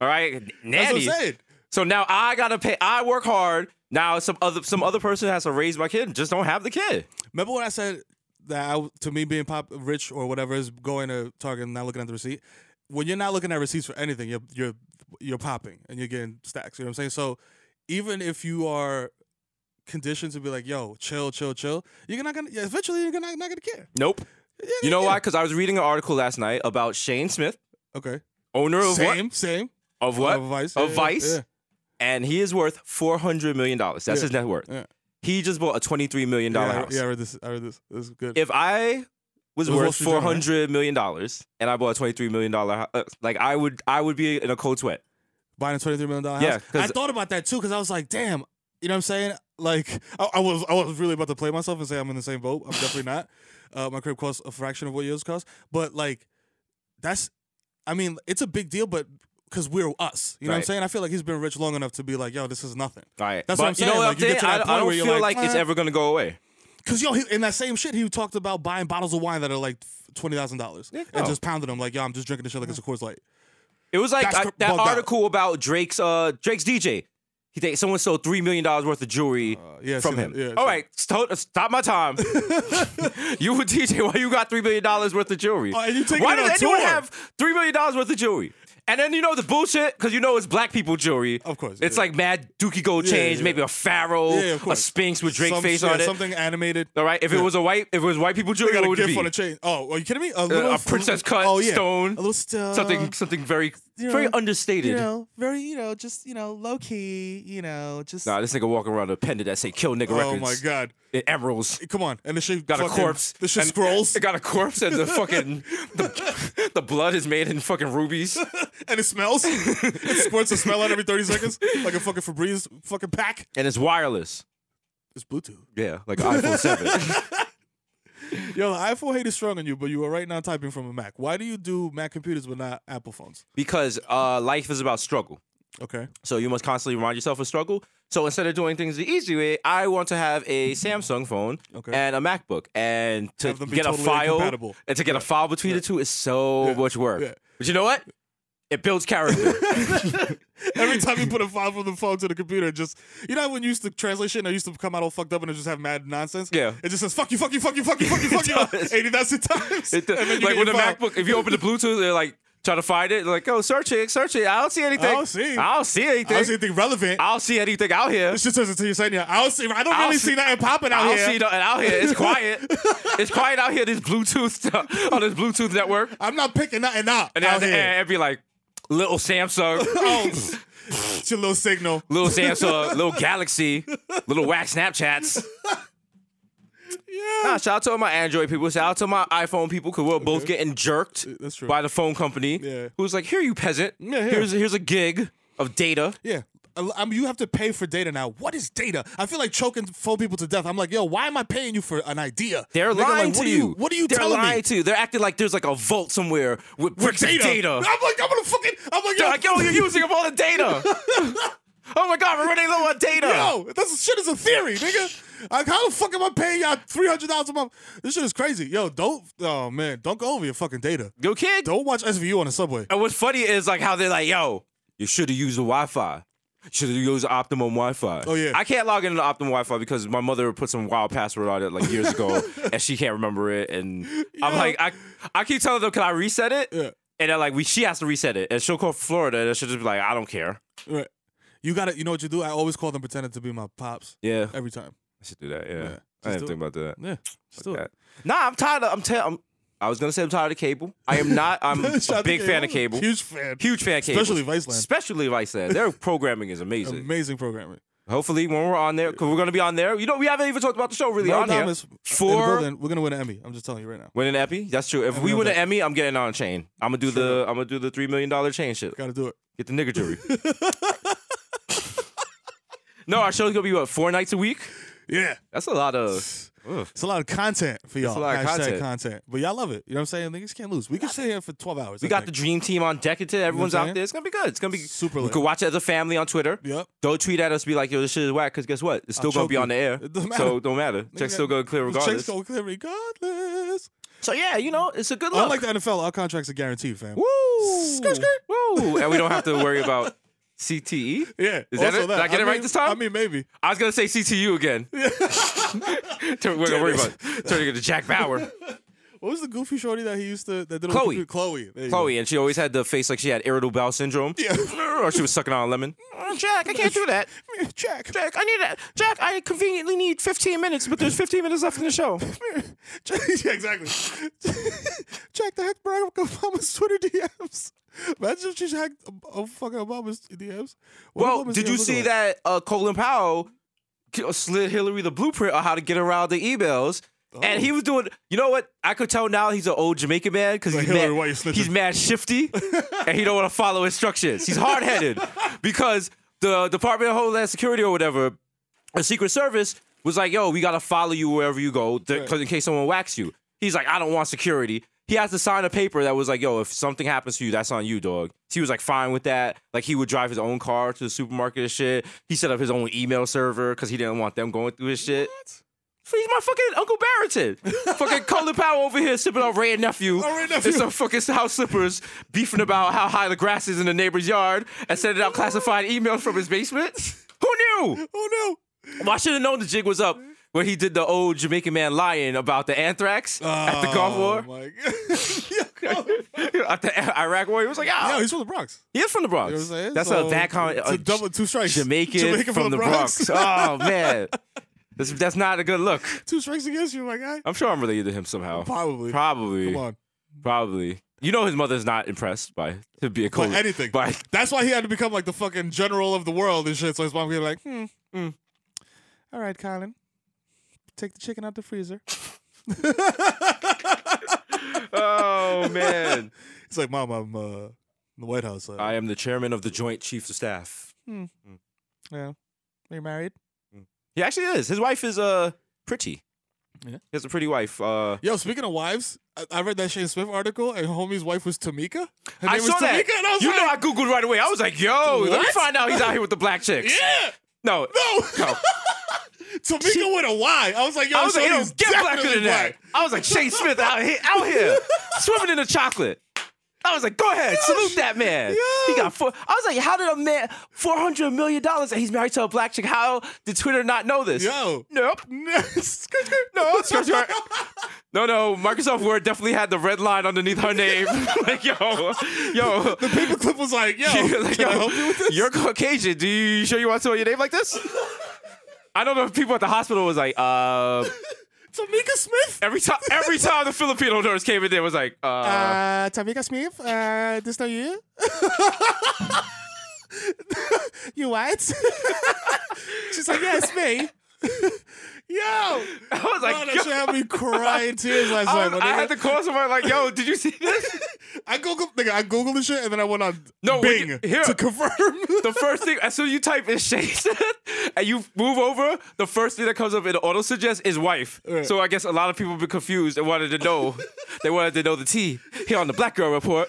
All right,
That's what
nanny.
I'm saying.
So now I gotta pay. I work hard. Now some other some other person has to raise my kid. and Just don't have the kid.
Remember when I said that I, to me being pop rich or whatever is going to Target and not looking at the receipt? When you're not looking at receipts for anything, you're you're you're popping and you're getting stacks. You know what I'm saying? So even if you are conditioned to be like, yo, chill, chill, chill, you're not gonna eventually you're not, not gonna care.
Nope.
You're
You know
gonna
why? Because I was reading an article last night about Shane Smith,
care. Okay.
owner of
Same,
what?
same.
Of what?
Of Vice.
Of
Yeah,
Vice.
yeah.
And he is worth four hundred million dollars. That's
Yeah,
his net worth.
yeah.
He just bought a twenty-three million dollar
yeah, I-
house.
yeah, I read this. I read this. This is good.
if I was
It was Wall
worth
Street Journal,
four
right?
hundred million dollars and I bought a twenty-three million dollar, uh, like I would, I would be in a cold sweat.
buying a twenty three million dollar
Yeah,
house.
'cause-
I thought about that too because I was like, damn, you know what I'm saying? Like, I, I was I was really about to play myself and say I'm in the same boat. I'm definitely not. Uh, my crib costs a fraction of what yours cost, but like, that's, I mean, it's a big deal, but because we're us, you know what I'm
Right.
saying? I feel like he's been rich long enough to be like, yo, this is nothing.
All right.
That's
but
what I'm saying.
You know what
Like,
I'm
you get
saying?
to that
I, don't- I
point
don't
where you're
feel like,
like,
it's
"Eh."
ever gonna go away.
Cause yo, he, in that same shit, he talked about buying bottles of wine that are like twenty thousand dollars
Yeah, no.
and just pounding them like, yo, I'm just drinking this shit like it's a Coors Light.
It was like
That's
I-
cr-
that
bugged out.
article about Drake's uh Drake's DJ. He think someone stole three million dollars worth of jewelry
Uh, yeah, I've
from
seen
him.
that. Yeah, I've
All
seen
right, sto- uh, stop my time. you were DJ why you got three million dollars worth of jewelry?
Oh, and you taking
why
it
does
on
anyone
tour?
have three million dollars worth of jewelry? And then you know the bullshit because you know it's black people jewelry.
Of course,
it's
yeah.
like mad Dookie gold
Yeah,
chains,
yeah.
maybe a pharaoh,
Yeah, of
a
course.
sphinx with Drake
Some-
face
yeah,
on it.
Something animated.
All right, if it was a white, if it was white people
They
jewelry,
got
what
a
would
gift
it
on a
be? Uh,
chain. Oh, are you kidding me? A,
A
little
princess cut
oh, yeah.
stone,
A little st-
something, something very,
you
very
know,
understated.
You know, very you know, just you know, low key. You know, just.
Nah, this nigga walking around with a pendant that say "Kill Nigga
oh
Records."
my god.
And emeralds.
Come on, and the shit
Got
fucking,
a corpse.
The shit
and-
scrolls,
It got a corpse, and the fucking the, the blood is made in fucking rubies.
and it smells. it squirts a smell out every thirty seconds, like a fucking Febreze fucking pack.
And it's wireless.
It's Bluetooth.
Yeah, like an iPhone Seven.
Yo, the iPhone hate is strong on you, but you are right now typing from a Mac. Why do you do Mac computers but not Apple phones?
because uh, life is about struggle.
Okay.
So you must constantly remind yourself of struggle. So instead of doing things the easy way, I want to have a Samsung phone
Mm-hmm. Okay.
and a MacBook, and to
Have them be
get
totally
a file
incompatible.
and to get a file between the two is so much work.
Yeah.
But you know what? It builds character.
Every time you put a file from the phone to the computer, it just you know how when you used to translate shit, and it used to come out all fucked up and it just have mad nonsense.
Yeah.
it just says fuck you, fuck you, fuck you, fuck you, fuck you, fuck you,
does.
eighty thousand times.
It,
And then you
like
get
with the
your file.
MacBook, if you open the Bluetooth, they're like try to find it. Like, oh, search it, search it. I don't see anything.
don't see.
I don't see anything.
I don't see anything relevant.
I don't see anything out here.
It just turns into you saying, "Yeah, I don't see. I don't
I'll
really
see-
see, nothing popping out
I don't
here.
see nothing out here. It's quiet. it's quiet out here. This Bluetooth stuff on this Bluetooth network.
I'm not picking nothing out
And then at
out
the
here.
end, it'd be like little Samsung,
It's your little signal.
little Samsung, little Galaxy, little whack Snapchats.
Yeah,
Nah, shout out to all my Android people. Shout out to my iPhone people because we're both getting jerked
that's true.
by the phone company.
Yeah.
Who's like, here you peasant.
Yeah, here.
Here's here's a gig of data.
yeah. I- I'm, you have to pay for data now. What is data? I feel like choking phone people to death. I'm like, yo, why am I paying you for an idea?
They're
Nigga, like,
lying
what
to
are
you.
What are you
They're
telling
lying
me?
to you. They're acting like there's like a vault somewhere with bricks of
I'm
data.
like, I'm gonna fucking. I'm like, yo,
They're like, yo, you're using up all the data. oh my god, we're running low on data.
yo, this shit is a theory, nigga. Like, how the fuck am I paying y'all three hundred dollars a month? This shit is crazy. Yo, don't. Oh man, don't go over your fucking data.
Yo, kid.
Don't watch SVU on the subway.
And what's funny is like how they're like, yo, you should have used the Wi-Fi. Should have used the optimum Wi-Fi.
Oh, yeah.
I can't log into the optimum Wi-Fi because my mother put some wild password on it like years ago, and she can't remember it. And I'm
Yeah.
like, I, I keep telling them, can I reset it?
Yeah.
And they're like, we she has to reset it, and she'll call Florida, and she'll just be like, I don't care.
Right. You gotta. You know what you do? I always call them pretending to be my pops
Yeah, I
every time.
should do that. Yeah,
Yeah,
I
just
didn't
do
think about that.
Yeah, just do it.
that. Nah, I'm tired of. I'm, ta- I'm I was gonna say I'm tired of cable. I am not. I'm a
Shout out
big
to
fan of cable. Huge,
Huge fan.
fan of cable.
Especially Viceland.
Especially Viceland. Their programming is amazing.
Amazing programming.
Hopefully, when we're on there, because we're gonna be on there. You know, we haven't even talked about the show really
Mel
on
Thomas in
here.
the
For
building, we're gonna win an Emmy. I'm just telling you right now.
winning an Emmy, that's true. If
I
we
know
win an
that.
Emmy, I'm getting on a chain. I'm gonna do the. I'm gonna do the three million dollar chain shit.
Gotta do it.
Get the nigger jury. no, our show's gonna be what four nights a week.
Yeah.
That's a lot of. Ugh.
It's a lot of content for y'all.
a lot of
Hashtag
content.
But y'all love it. You know what I'm saying? Niggas can't lose. We can sit here for 12 hours.
We got the dream team on deck today. Everyone's
I'm
out
saying?
there. It's gonna be good. It's gonna be
Super
We
lit.
could watch it as a family on Twitter.
Yep.
Don't tweet at us. Be like, yo, this shit is whack. Because guess what? It's still
I'll
gonna be
choke
on the
you.
air.
It doesn't
So
matter.
don't matter. Check's still gonna clear regardless.
Checks go clear regardless.
so yeah, you know, it's a good
I
look.
like the NFL. Our contracts are guaranteed, fam.
Woo!
Skirt, skirt.
Woo! And we don't have to worry about CTE.
Yeah.
Is that
also
it? Did I get it right
mean-
this time?
I mean, maybe.
I was gonna say CTU again. Turn- We're gonna worry about it. turning into Jack Bauer,
What was the goofy shorty that he used to that did on
Chloe.
the computer? Chloe. There you go.
Chloe, and she always had the face like she had irritable bowel syndrome.
Yeah.
or she was sucking on a lemon. Mm, Jack, I can't do that.
Jack.
Jack, I need that. Jack, I conveniently need 15 minutes, but there's 15 minutes left in the show.
Jack, yeah, exactly. Jack the heck Barack Obama's Twitter DMs. Imagine if she hacked a, a fucking Obama's DMs. What
Well,
Obama's
did
DMs
you
look
see
like?
that uh, Colin Powell k- slid Hillary the blueprint on how to get around the emails?
Oh.
And he was doing, you know what? I could tell now he's an old Jamaican man because
Like,
he's,
Hillary,
mad-
why you snitching?
he's mad shifty and he don't want to follow instructions. He's hard headed because the Department of Homeland Security or whatever, the Secret Service was like, yo, we got to follow you wherever you go th- 'cause in case someone whacks you. He's like, I don't want security. He has to sign a paper that was like, yo, if something happens to you, that's on you, dog. He was like fine with that. Like he would drive his own car to the supermarket and shit. He set up his own email server because he didn't want them going through his shit. He's my fucking Uncle Barrington. fucking Colin Powell over here sipping on Ray and Nephew.
Oh, Ray and Nephew.
It's some fucking house slippers beefing about how high the grass is in the neighbor's yard and sending out classified emails from his basement. Who knew?
Oh
Well, I should have known the jig was up where he did the old Jamaican man lying about the anthrax
no!
at the Gulf
Oh,
War.
my God.
at the Iraq War, he was like,
Yo,
"Ah,
he's from the Bronx.
he's from the Bronx."
You know what I'm saying?
That's
So,
a that con-
it's
a
a double two strikes.
Jamaican, from, the Bronx. oh man, that's, that's not a good look.
two strikes against you, my guy.
I'm sure I'm related to him somehow.
Probably.
Probably,
Come on.
probably. You know, his mother's not impressed by to be a cool.
But anything.
By
That's why he had to become like the fucking general of the world and shit. So his mom could be like, hmm, hmm. All right, Colin. Take the chicken out the freezer.
oh man,
It's like, Mom, I'm uh, in the White House. Uh,
I am the chairman of the Joint Chiefs of Staff.
yeah. Are you married?
He actually is. His wife is uh pretty.
Yeah.
He has a pretty wife. Uh,
Yo, speaking of wives, I, I read that Shane Smith article and homie's wife was Tamika. Her
I
name was
saw that.
Tamika, and I was
you
like,
know, I googled right away. I was like, "Yo, let me
What?
find out he's out here with the black chicks."
yeah.
No,
No.
no.
Tamika with a Y. I was like, yo,
I was like, "Yo,
Shorty's
get blacker
definitely
than that."
black.
I was like, "Shane Smith out here, out here, swimming in the chocolate." I was like, "Go ahead, salute that man." He got four. I was like, "How did a man four hundred million dollars and he's married to a black chick? How did Twitter not know this?"
Yo.
Nope. No, it's 'cause you're- no, no. Microsoft Word definitely had the red line underneath her name. like, yo, yo,
Paperclip was like, yo,
like,
Oh, can I
yo,
help you with this?
You're Caucasian. Do you, you sure you want to know your name like this? I don't know if people at the hospital was like, uh,
Tamika Smith?
every time, every time the Filipino nurse came in there was like, uh,
Uh, Tamika Smith, uh, this not you? you white? She's like, yeah, it's me. Yo,
I was
like, that
like,
shit
yo.
had me crying tears last
I,
night.
was-
my
I
nigga.
had to call somebody like, yo, did you see this?
I googled, nigga, I googled the shit and then I went on
No, when
Bing
you- here-
to confirm.
The first thing, as soon as you type in Shay's and you move over, the first thing that comes up in auto suggest is wife.
Right.
So I guess a lot of people be confused and wanted to know. they wanted to know the T here on the Black Girl Report.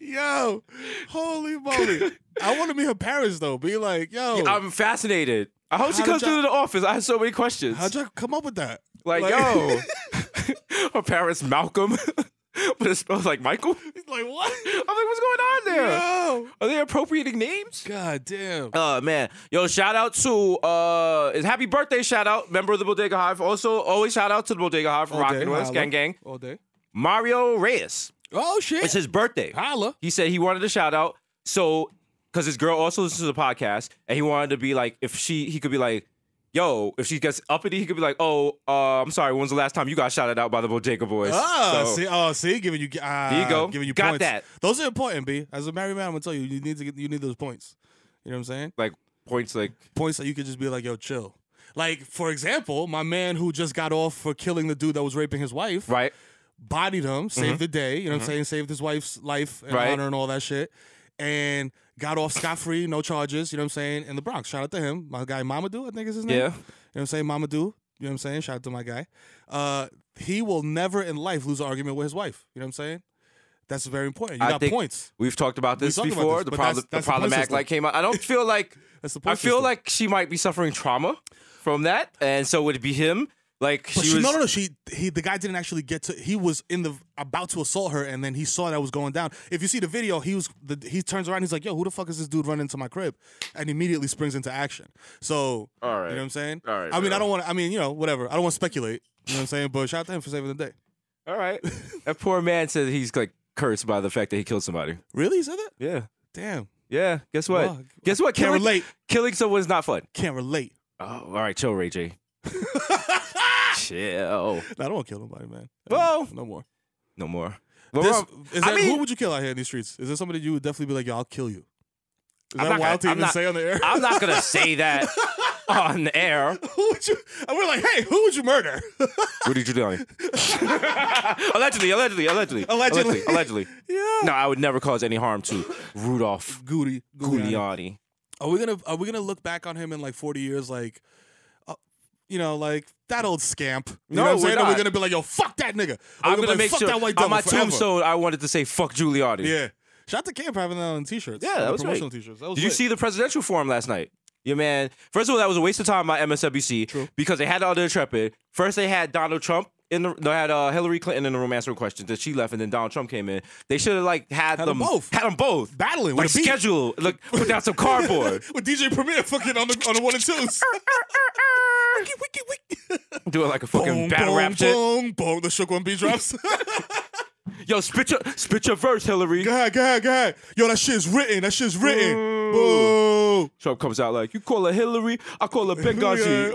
yo, holy moly! I want to meet her parents though. Be like, yo,
I'm fascinated. I hope she
Oh. How did
comes
y'all-
through to the office. I have so many questions.
how'd you come up with that?
Like, yo, her parents Malcolm, but it spells like Michael. I'm like,
like what?
what's going on there?
Yo,
Are they appropriating names?
god damn.
Oh man, yo! Shout out to uh, is happy birthday! Shout out member of the Bodega Hive. Also, always shout out to the Bodega Hive for
All day,
rocking with us,
holla.
gang gang.
All day.
Mario Reyes,
Oh shit.
it's his birthday.
Holla.
He said he wanted a shout out. So, because his girl also listens to the podcast, and he wanted to be like, if she, he could be like, yo, if she gets uppity, he could be like, oh, uh, I'm sorry, when's the last time you got shouted out by the Bodega Boys?
Ah,
So,
see, oh, see, giving you, ah,
There you go.
giving you
Got
points.
that.
Those are important, B. As a married man, I'm gonna tell you, you need to get, you need those points. You know what I'm saying?
Like points, like
Points that you could just be like, yo, chill. Like, for example, my man who just got off for killing the dude that was raping his wife,
right,
bodied him, saved the day, you know what I'm saying? Saved his wife's life and
Mm-hmm. Right.
honor and all that shit. And got off scot free, no charges, you know what I'm saying? In the Bronx. Shout out to him. My guy Mamadou, I think is his name.
Yeah.
You know what I'm saying? Mamadou. You know what I'm saying? Shout out to my guy. Uh, he will never in life lose an argument with his wife. You know what I'm saying? That's very important. You
I
got
think-
points.
We've talked about this
talked about
before.
this,
the
but
problem,
that's- that's
the
the point
problematic
system.
light came out. I don't feel like
That's the point
I feel
system.
like she might be suffering trauma from that, and so would it be him. Like
But
she,
she,
was
no, no, no. She, he, the guy didn't actually get to. He was in the about to assault her, and then he saw that was going down. If you see the video, he was. The, he turns around. He's like, "Yo, who the fuck is this dude running into my crib?" And immediately springs into action. So,
All right.
you know what I'm saying?
All right,
I mean,
bro.
I don't want. to I mean, you know, whatever. I don't want to speculate. You know what I'm saying? But shout out to him for saving the day.
All right, that poor man said he's like cursed by the fact that he killed somebody.
Really? He said that?
Yeah,
Damn.
yeah. Guess what?
Well,
Guess what?
can't
killing,
relate.
Killing someone's not fun.
Can't relate.
Oh, all right, chill, Ray J. chill.
No, I don't want to kill nobody, man.
Well-
no more.
No more. Well,
This,
we're-
is
I
that,
mean-
who would you kill out here in these streets? Is there somebody you would definitely be like, "Yo, I'll kill you"? Is
I'm
that
not
wild to
gonna- I'm
even
not-
say on the air?
I'm not gonna say that on the air.
who would you? And we're like, hey, who would you murder?
Rudy Giuliani. allegedly, allegedly,
Allegedly.
allegedly, allegedly, allegedly.
yeah.
No, I would never cause any harm to Rudolph
Goody.
Giuliani.
Are we gonna Are we gonna look back on him in like forty years, like, uh, you know, like that old scamp? You
No,
know what I'm
we're
saying? Are we
not.
gonna be like, yo, fuck that nigga? Are we be
I'm gonna
like,
make
fuck
sure
that white
on
devil
my
forever?
tombstone I wanted to say "fuck Giuliani."
Yeah. Shout out to Cam for having that on t-shirts.
Yeah,
on
that
the
was right.
promotional t-shirts. That was
Did you
lit.
see the presidential forum last night? Yeah, man. First of all, that was a waste of time by MSNBC
True.
because they had all the intrepid. First, they had Donald Trump in the they had uh, Hillary Clinton in the romance question that she left, and then Donald Trump came in. They should have like had,
Had 'em
them
both.
Had them both
Battling
Like
with a beat.
schedule. Like put down some cardboard.
with DJ Premier fucking on the on the one and twos. wiki, wiki, wiki.
Do it like a fucking
Boom,
battle
boom,
rap shit.
boom, boom. The shook one B drops.
Yo, spit your spit your verse, Hillary.
go ahead, go ahead, go ahead. Yo, that shit's written. That shit's written. Boo.
Trump comes out like, you call her Hillary, I call her Benghazi.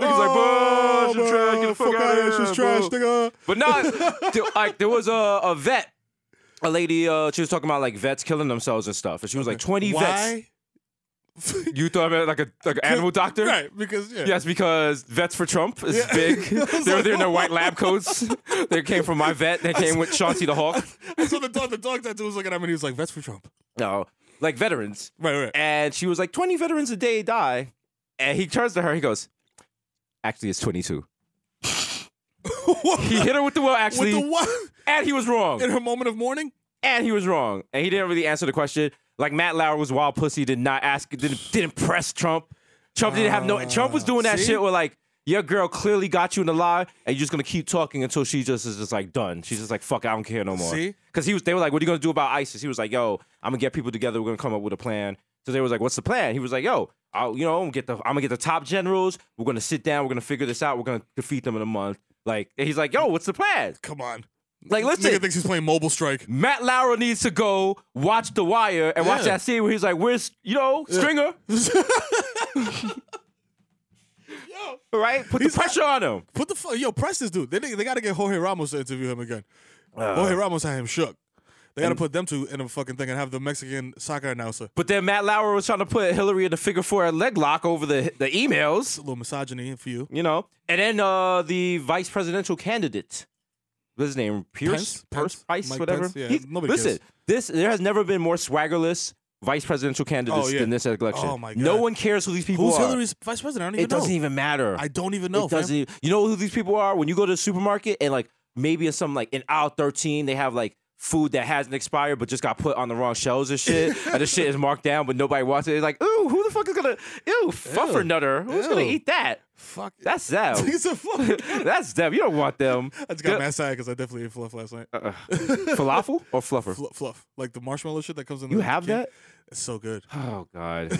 Yeah. Oh,
Niggas like, bro, she's trash, get the fuck, out of here.
She's trash,
bro."
nigga.
But not th- like there was a, a vet, a lady. Uh, she was talking about like vets killing themselves and stuff, and she was like twenty vets.
Why?
You thought about it like a like an animal doctor,
Right, because yeah.
Yes, because vets for Trump is
Yeah.
big.
I was
they were
like,
there in their white lab coats. they came from my vet. They came with Chauncey the Hawk.
So the dog, the dog tattoo was looking at me and he was like, that's for Trump.
No, like veterans.
Right, right.
And she was like, 20 veterans a day die. And he turns to her. He goes, actually, it's 22. He hit her with the well, actually.
With the what?
and he was wrong.
In her moment of mourning?
and he was wrong, and he didn't really answer the question. Like Matt Lauer was wild pussy, did not ask, didn't didn't press Trump. Trump didn't have no. Trump was doing that
Oh, see?
shit where like your girl clearly got you in a lie, and you're just gonna keep talking until she just is just like done. She's just like fuck, I don't care no more.
See?
Because he was, they were like, what are you gonna do about ISIS? He was like, yo, I'm gonna get people together. We're gonna come up with a plan. So they was like, what's the plan? He was like, yo, I'll, you know, I'm gonna get the, I'm gonna get the top generals. We're gonna sit down. We're gonna figure this out. We're gonna defeat them in a month. Like and he's like, yo, what's the plan?
Come on.
Like listen,
Nigga thinks he's playing Mobile Strike.
Matt Lauer needs to go watch The Wire and watch
Yeah.
that scene where he's like, "Where's you know Stringer?" right? Put the pressure on him.
Put the fuck, yo, press this dude. They, they gotta get Jorge Ramos to interview him again. Jorge Ramos had him shook. They gotta put them two in a fucking thing and have the Mexican soccer announcer.
But then Matt Lauer was trying to put Hillary in the figure four at leg lock over the the
A
emails,
little misogyny for you.
you know. And then uh the vice presidential candidate, what's his name? Pierce,
Pence? Pence?
Pierce, Price,
Mike
whatever.
Pence? Yeah,
He's-
nobody
listen,
cares.
this there has never been more swaggerless vice presidential candidates
yeah.
than this election.
Oh my
No
God.
one cares who these people
Who's
are.
Hillary's vice president? I don't even
it
know.
doesn't even matter.
I don't even know.
It doesn't.
fam.
Even, you know who these people are? When you go to the supermarket and like maybe in some like in aisle thirteen, they have like food that hasn't expired but just got put on the wrong shelves and shit, and the shit is marked down but nobody wants it. It's like, ooh, who the fuck is gonna ew fluffernutter? Who's gonna
Ew.
eat that?
Fuck.
That's them.
He's a fuck.
That's them. You don't want them.
I just got mad sad because I definitely ate fluff last night.
Uh, Falafel or fluffer?
Fluff, fluff, like the marshmallow shit that comes in.
You
the
have
can.
that?
It's so good.
Oh god.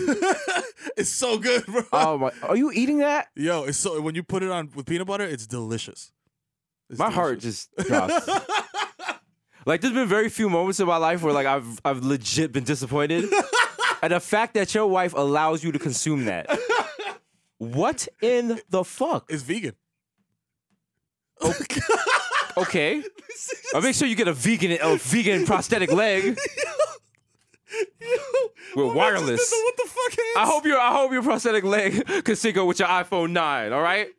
It's so good, bro.
Oh my. Are you eating that?
Yo, it's so when you put it on with peanut butter, it's delicious. It's
my heart
delicious.
just drops. like there's been very few moments in my life where like I've I've legit been disappointed. and the fact that your wife allows you to consume that. What in the fuck?
It's vegan.
Oh. Okay. I'll make sure you get a vegan a vegan prosthetic leg. We're
Well, I just
wireless.
didn't know What the fuck? Hands?
I hope your I hope your prosthetic leg can sync up with your iPhone 9, all right?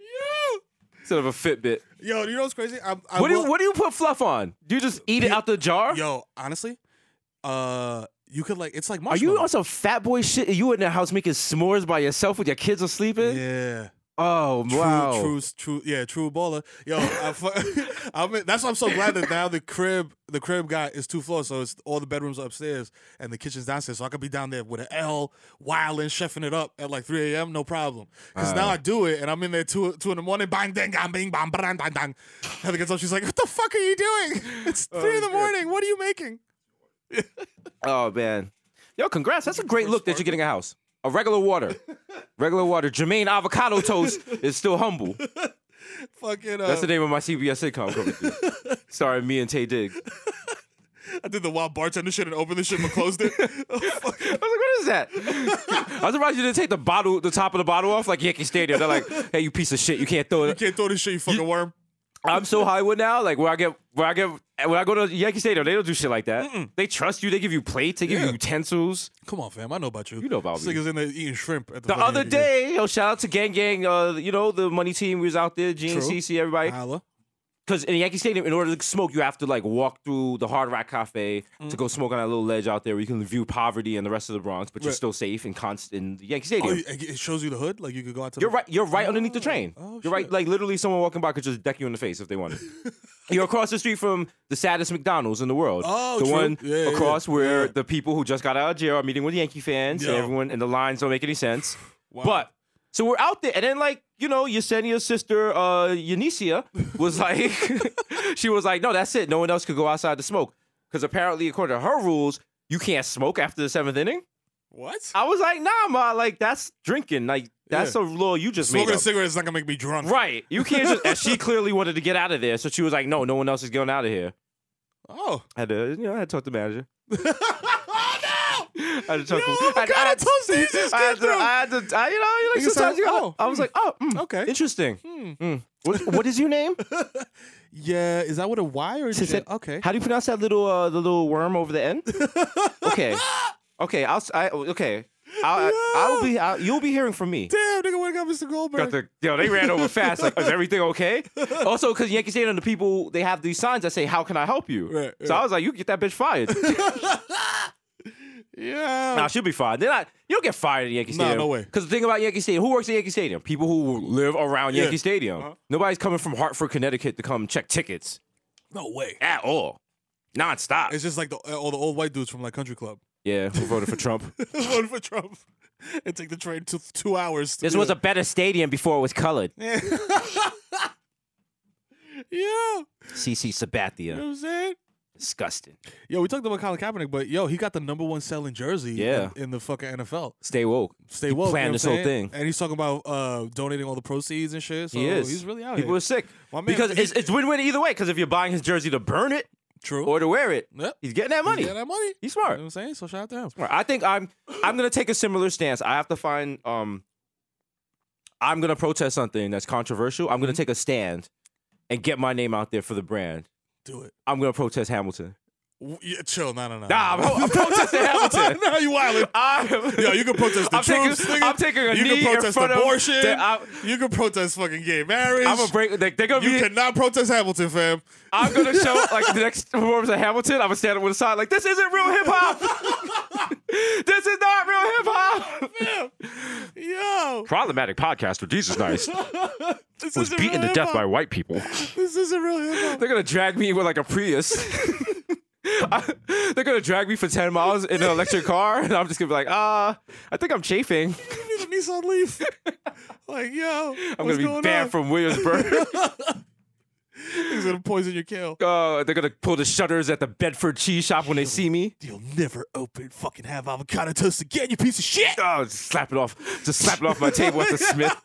Instead of a Fitbit.
Yo, you know what's crazy? I, I
What do
will-
you what do you put fluff on? Do you just eat it out the jar?
Yo, honestly, uh, you could like it's like
Are
marshmallow.
you on some fat boy shit? Are you in the house making s'mores by yourself with your kids are sleeping?
Yeah.
Oh
True,
wow!
true, true, yeah, true baller. Yo, I, fu- I mean, that's why I'm so glad that now the crib, the crib guy is two floors, so it's all the bedrooms are upstairs and the kitchen's downstairs. So I could be down there with an L, wilding, chefing it up at like 3 a.m. No problem, because now I do it and I'm in there two, two in the morning, bang, dang, bang, bing, bang, bang, bang, bang. Heather gets up, she's like, "What the fuck are you doing? It's three in the morning. What are you making?"
Oh man, yo, congrats! That's a great look that you're getting a house. A regular water, regular water. Jermaine Avocado Toast is still humble.
Fucking, uh,
That's the name of my CBS sitcom coming through. Starring me and Tay Digg. I was
I did the wild bartender shit and opened the shit and closed it. Fucking-
like, what is that? I was surprised you didn't take the bottle, the top of the bottle off, like Yankee Stadium. They're like, hey, you piece of shit, you can't throw it.
Can't throw this shit, you fucking worm.
I'm so Hollywood now. Like where I get, where I get, when I go to Yankee Stadium, they don't do shit like that. They trust you. They give you plates. They give you
Yeah.
utensils.
Come on, fam. I know about you.
You know about
This
me.
Niggas in there eating shrimp at the,
The
fucking
other
end of
day, yo, shout out to Gang Gang. Uh, you know the money team. We was out there, G and
True.
CC, everybody.
Holla.
because in Yankee Stadium, in order to smoke, you have to like walk through the Hard Rock Cafe
Mm.
to go smoke on that little ledge out there where you can view poverty and the rest of the Bronx, but you're
Right.
still safe and constant in Yankee
Oh,
Stadium.
it it shows you the hood. Like you could go out to.
You're
the-
right. You're right underneath the train.
oh,
you're right.
shit.
Like literally, someone walking by could just deck you in the face if they wanted. you're across the street from the saddest McDonald's in the world.
Oh,
the
true.
one
Yeah, yeah,
across where
yeah.
the people who just got out of jail are meeting with Yankee fans, and
Yeah.
everyone and the lines don't make any sense.
Wow.
But so we're out there, and then like you know, Yesenia's sister, uh, Yanicia, was like, she was like, no, that's it. No one else could go outside to smoke. Because apparently, according to her rules, you can't smoke after the seventh inning.
What?
I was like, nah, ma, like, that's drinking. Like, that's a law you just made
Smoking a
up.
cigarette is not gonna make me drunk.
Right. You can't just. and she clearly wanted to get out of there, so she was like, "No, no one else is going out of here."
Oh.
I had to, you know, I had to talk to the manager.
oh no!
I had to talk
Yo,
to.
oh my
I- I
God,
had
I
to-
told you this
I
came
had to.
through.
I had to. I, you know, you like
You
sometimes
said,
you. gotta-
"Oh,
I was like, oh, mm,
Okay. Hmm.
interesting. Mm. What, what is your name?
Yeah, is that what a Y or is
She
it?
said,
okay.
How do you pronounce that little uh, the little worm over the end? okay. Okay. I'll. s- I, okay. I'll, I'll be. I'll, you'll be hearing from me.
Damn, nigga, wake up, Mr. Goldberg.
Got the, yo, they ran over fast. Like, is everything okay? Also, because Yankee Stadium, the people they have these signs that say, "How can I help you?"
Right,
So I was like, "You get that bitch fired."
yeah.
nah, she'll be fired. They're not. You don't get fired at Yankee
Nah,
Stadium.
no way.
Because the thing about Yankee Stadium, who works at Yankee Stadium? People who live around
Yeah. Uh-huh.
Yankee Stadium. Nobody's coming from Hartford, Connecticut, to come check tickets
no way.
at all, nonstop.
It's just like the, uh, all the old white dudes from like country club.
yeah, who voted for Trump?
Voted for Trump and take the train to two hours. to
This
do
was
it.
a better stadium before it was colored.
yeah.
CC
You know
Sabathia,
what I'm saying?
disgusting.
Yo, we talked about Colin Kaepernick, but yo, he got the number one selling jersey.
Yeah.
In, in the fucking NFL.
Stay woke.
Stay
He
woke. you know
planned
what
this
I'm
whole
saying?
thing.
and he's talking about uh, donating all the proceeds and shit. So
he is.
Oh, he's really out
People
here.
are sick
My man-
because
he-
it's, it's win-win either way. Because if you're buying his jersey to burn it
True.
or to wear it,
Yep.
he's getting that money.
Yeah, that money.
He's
You know
smart.
what I'm saying? So shout out to him.
Smart. I think I'm. I'm gonna take a similar stance. I have to find. Um, I'm gonna protest something that's controversial. I'm
Mm-hmm.
gonna take a stand and get my name out there for the brand.
Do it.
I'm gonna protest Hamilton.
W- Yeah, chill. No, no, no.
Nah, I'm, I'm protesting Hamilton.
no, you wildin'.
I'm,
Yo, you can protest the
I'm
troops,
taking,
nigga.
I'm taking a
you
knee
can protest
in front
abortion.
of. I'm,
you can protest fucking gay marriage.
I'm gonna break. They, they're gonna
you
be.
cannot protest Hamilton, fam.
I'm gonna show like the next performance at Hamilton. I'm gonna stand up with a sign like, "This isn't real hip hop. this is not real hip hop."
Yo,
Problematic podcaster, Jesus nice,
this isn't real hip-hop.
white people.
This isn't real hip hop.
They're gonna drag me with like a Prius. I- they're gonna drag me for ten miles in an electric car, and I'm just gonna be like, "Ah, I think I'm chafing.
You need a Nissan Leaf. like, yo,
I'm
what's
gonna be
going
banned
on?
from Williamsburg.
He's gonna poison your kale.
uh, they're gonna pull the shutters at the Bedford cheese shop when they see me.
You'll never open fucking have avocado toast again, you piece of shit.
Oh, just slap it off, just slap it off my table at the Smith.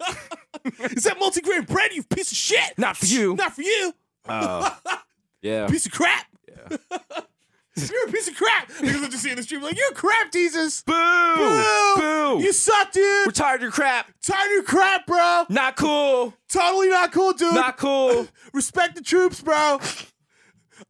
Is that multigrain bread, you piece of shit?
Not for you.
Not for you.
Yeah.
Piece of crap. You're a piece of crap. Niggas are just seeing the stream like, you're crap, Jesus.
Boo!
Boo.
Boo!
You suck, dude.
We're tired of your crap.
Tired of your crap, bro.
Not cool.
Totally not cool, dude.
Not cool.
Respect the troops, bro.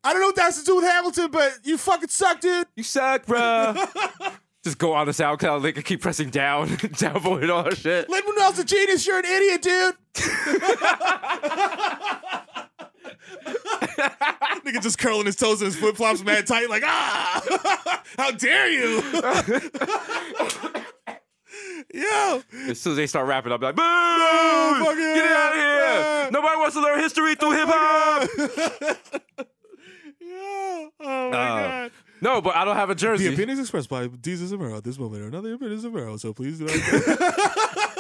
I don't know what that has to do with Hamilton, but you fucking suck, dude.
You suck, bruh. Just go on the SoundCloud link and keep pressing down, downvote and all that shit.
Lin Manuel's a genius. You're an idiot, dude. Nigga just curling his toes and his flip flops mad tight, like, ah, how dare you? Yo,
As soon as they start rapping, I'll be like, boo!
fuck
Get
yeah,
out of here!
yeah.
Nobody wants to learn history through hip hop!
yo, oh my
Uh,
god.
no, but I don't have a
The
jersey.
opinions expressed by Jesus and Mero at this moment are not the opinions of Mero, so please do not.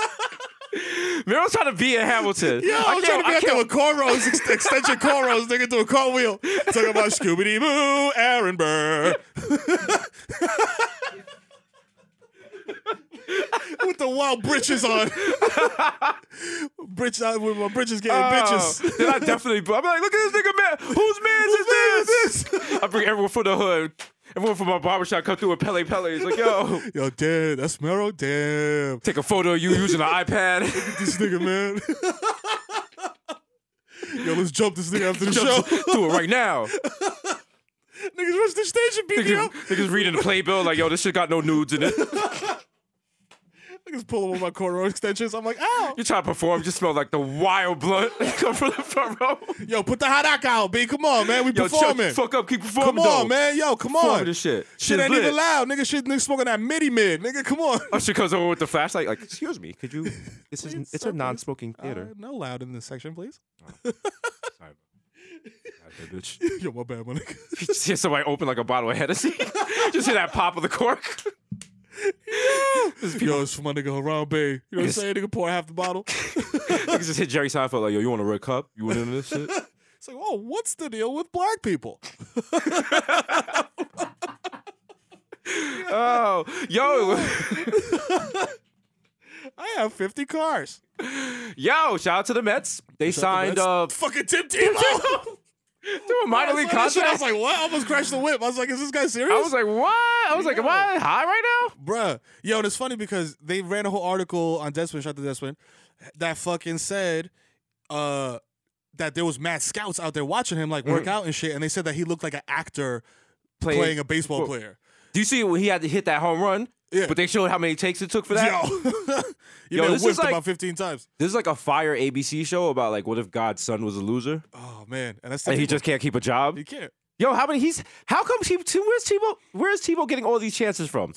Meryl's trying to be in Hamilton.
Yo, I'm trying to be out there with cornrows, ex- extension cornrows, nigga, to a cartwheel. Talking about Scooby Doo Moo, Aaron Burr. with the wild britches on. Britch, uh, with my britches getting
Oh.
bitches.
Then I definitely, I'm like, look at this nigga, man. Whose man's is this? I bring everyone from the hood. Everyone from my barbershop come through with Pele Pele. It's like, yo,
Yo, damn, that's Mero? Damn.
take a photo of you using an iPad.
This nigga, man. Yo, let's jump this nigga after the show.
Just Do it right now.
Niggas rush the station,
Niggas,
BBO.
niggas reading the playbill like, yo, this shit got no nudes in it.
Niggas pulling with my cornrow extensions. I'm like, ow.
You trying to perform, just smell like the wild blunt come from the front row.
Yo, put the haraka out, B. Come on, man. We
Yo, chill
performing.
the fuck up, keep performing.
come on,
though.
man. Yo, come
Performing
on.
this shit.
Shit
Shit's
ain't even
lit.
loud. Nigga, shit, nigga smoking that midi mid. Nigga, come on.
Usher comes over with the flashlight, like, excuse me, could you? This is it's a
something.
non-smoking theater.
Uh, no loud in this section, please.
Sorry. God, bitch.
Yo, my bad, my nigga.
You just hear somebody open like a bottle of Hennessy. just hear that pop of the cork.
Yo, it's for my nigga Harambe. You know what I'm saying? Nigga pour half the bottle.
Niggas just hit Jerry Seinfeld like, yo, you want a red cup? You want into this shit?
It's like, oh, what's the deal with black people?
oh, yo,
I have 50 cars.
yo! Shout out to the Mets. They signed uh,
fucking Tim Tebow.
to a minor
I,
league
saw that shit, I
contract.
was like, what? I almost crashed the whip. I was like, is this guy serious?
I was like, what? I was like, am I high right now?
bruh. Yo, and it's funny because they ran a whole article on Deadspin, shout out to Deadspin, that fucking said uh, that there was mad scouts out there watching him like work
Mm.
out and shit, and they said that he looked like an actor playing, a baseball
Well,
player.
Do you see when he had to hit that home run?
Yeah.
But they showed how many takes it took for that.
Yo, you
Yo,
been
this is
whipped
like-
about fifteen times.
This is like a fire ABC show about like what if God's son was a loser
Oh man, and that's the
and he
people-
just can't keep a job.
you can't.
Yo, how many he's how come he where's Tebow where's Tebow getting all these chances from?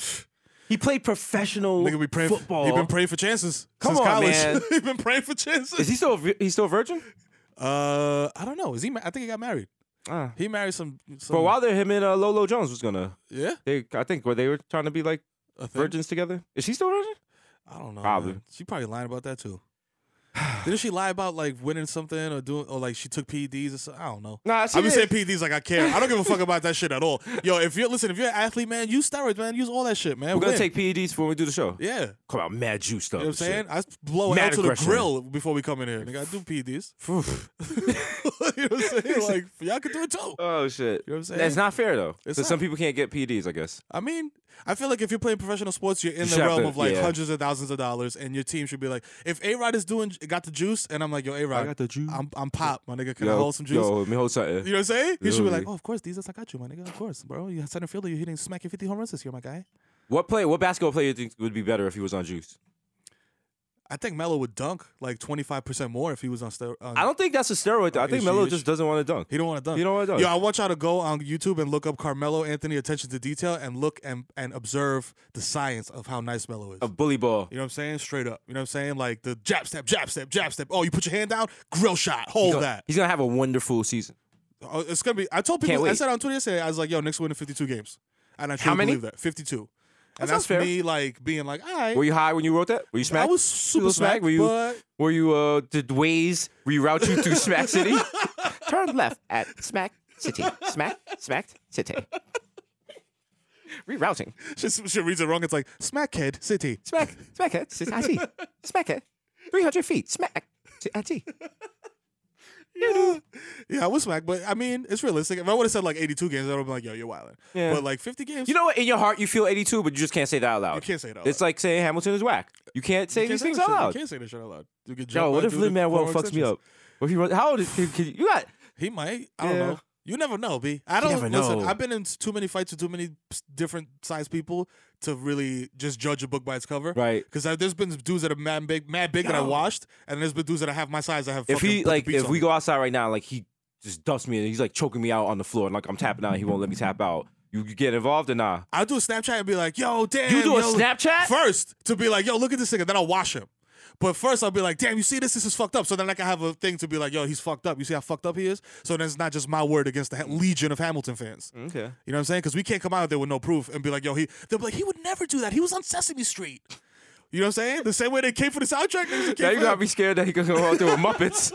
He played professional
Nigga be praying. for-
football.
He been praying for chances
Come
since
on,
college.
man.
he been praying for chances.
is he still a vi- he's still a virgin?
uh, I don't know. Is he? Ma- I think he got married.
Uh,
He married some. some
for a while there, him and uh, Lolo Jones was gonna
yeah.
they I think where they were trying to be like
I think.
virgins together. Is he still a virgin?
I don't know.
Probably.
man. She probably lying about that too. Didn't she lie about like winning something or doing or like she took PEDs or something? I don't know.
Nah, she
I've been saying
did.
PEDs like I care. I don't give a fuck about that shit at all. Yo, if you're listen, if you're an athlete, man, use steroids, man. Use all that shit, man.
We're gonna
Win.
take PEDs for when we do the show.
yeah. You
Come out mad juiced up.
know what I'm
and shit.
saying? I blow it
Mad
out to
aggression.
the grill before we come in here. Nigga, I do PEDs. you know what I'm saying? Like y'all can do it too.
Oh shit!
You know what I'm saying?
That's not fair though.
It's
So some
not.
people can't get PDs, I guess.
I mean, I feel like if you're playing professional sports, you're in the
should have
realm
to-
of like
yeah.
hundreds of thousands of dollars, and your team should be like, if A Rod is doing got the juice, and I'm like, yo, A Rod,
got the juice.
I'm I'm pop, my nigga. Can I hold some juice?
Yo, let me hold something.
You know what I'm saying? You should be like,
Literally.
oh, of course, Jesus, I got you, my nigga. Of course, bro. You center fielder, you're hitting smacking 50 home runs this year, my guy.
What play? What basketball player do you think would be better if he was on juice?
I think Melo would dunk like 25% more if he was on steroids.
I don't think that's a steroid. though. I think
Ish,
Melo
ish.
just doesn't want to dunk.
He don't want to dunk.
He don't wanna dunk.
Yo, I want y'all to go on YouTube and look up Carmelo Anthony attention to detail and look and, and observe the science of how nice Melo is.
A bully ball.
You know what I'm saying? Straight up. You know what I'm saying? Like the jab step, jab step, jab step. Oh, you put your hand down, grill shot, hold that.
He's gonna have a wonderful season.
Oh, it's gonna be. I told
Can't
people. I
wait.
said on Twitter yesterday. I was like, "Yo, Knicks winning 52 games," and I truly
many?
believe that 52. And
sounds
that's
fair.
me like being like, "All right."
Were you high when you wrote that? Were you
I
smack?
was
You
super
little
smack,
Were you?
but
Were you? Uh, did Waze reroute you through Smack City?
Turn left at Smack City. Smack, Smack City. Rerouting.
she, she reads it wrong. It's like Smackhead City.
Smack, Smack it. I see. Smack it. 300 feet. Smack. I see.
Yeah. yeah, I was smack, but I mean, it's realistic. If I would have said like 82 games, I would have been like, "Yo, you're wilding."
Yeah.
But like 50 games,
You know what? In your heart, you feel 82, but you just can't say that out loud.
You can't say it out
It's like saying Hamilton is whack. You can't say
you can't
these
say
things
that
out
shit. You
loud.
can't say this shit out loud. You get
Yo,
jumped
what
by a
if
dude
Lin
in
Manuel
four
fucks me
extensions.
up? What if he runs? How old is can, can, you got?
He might. I don't
Yeah.
know. You never know, B. I don't
never
listen.
know.
I've been in too many fights with too many s- different size people to really just judge a book by its cover.
Right.
Because uh, there's been dudes that are mad big, mad big that I washed, and there's been dudes that I have my size. I have.
If
fucking
he
put the
like,
beats
if
on
we
them.
go outside right now, like he just dusts me and he's like choking me out on the floor, and like I'm tapping out, and he won't let me tap out. You, you get involved or nah?
I'll do a Snapchat and be like, "Yo, damn."
You do a
yo."
Snapchat?
first to be like, "Yo, look at this nigga." Then I'll wash him. But first, I'll be like, "Damn, you see this? This is fucked up." So then I can have a thing to be like, "Yo, he's fucked up. You see how fucked up he is?" So then it's not just my word against the ha- legion of Hamilton fans.
Okay.
You know what I'm saying? Because we can't come out there with no proof and be like, yo, he. They'll be like, he would never do that. He was on Sesame Street. You know what I'm saying? The same way they came for the soundtrack. They just came
Now you
for
gotta
that.
be scared that he could go out there with Muppets.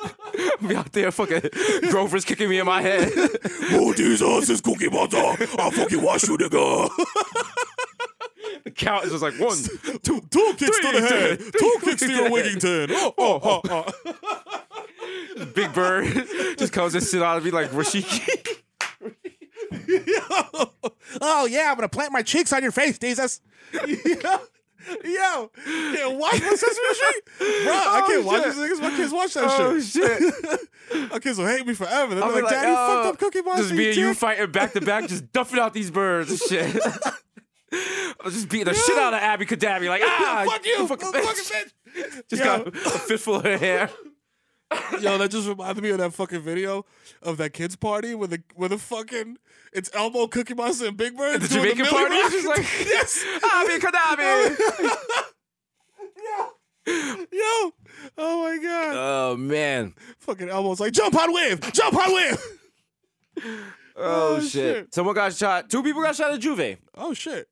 be out there fucking Grover's kicking me in my head.
Oh, Jesus, it's Cookie Monster. I'll fucking wash you, nigga.
the count is just like one.
two, two kicks to the
Three,
head. Two
two, three,
kicks to
three,
your
three.
Wigington. Oh, oh, oh, oh.
oh. Big Bird just comes and sit out and be like Rashiki.
Oh, yeah, I'm going to plant my cheeks on your face, Jesus. Yo, yo, can't watch my Sesame Street? Bro, I
Oh,
can't watch
shit.
this niggas. My kids watch that
Oh
shit.
shit!
My kids will hate me forever. They'll
I'll
be
be
like, Daddy, you
oh,
fucked up Cookie Monster.
Just me and you
dick."
fighting back to back, just duffing out these birds and shit. I was just beating the shit out of Abby Kadabi, like ah,
Fuck you,
fucking
fucking
bitch.
bitch.
Just
Yo.
got a fistful of her hair.
Yo, that just reminded me of that fucking video of that kids party with the with the fucking it's Elmo, Cookie Monster, and Big Bird.
The
doing
Jamaican
Millie
party,
Rock.
just like
yes,
Abby Kadabi.
yo, oh my god,
Oh man.
fucking Elmo's like jump on wave, jump on wave.
Oh,
Oh,
shit.
shit.
Someone got shot. Two people got shot at Juve.
Oh shit,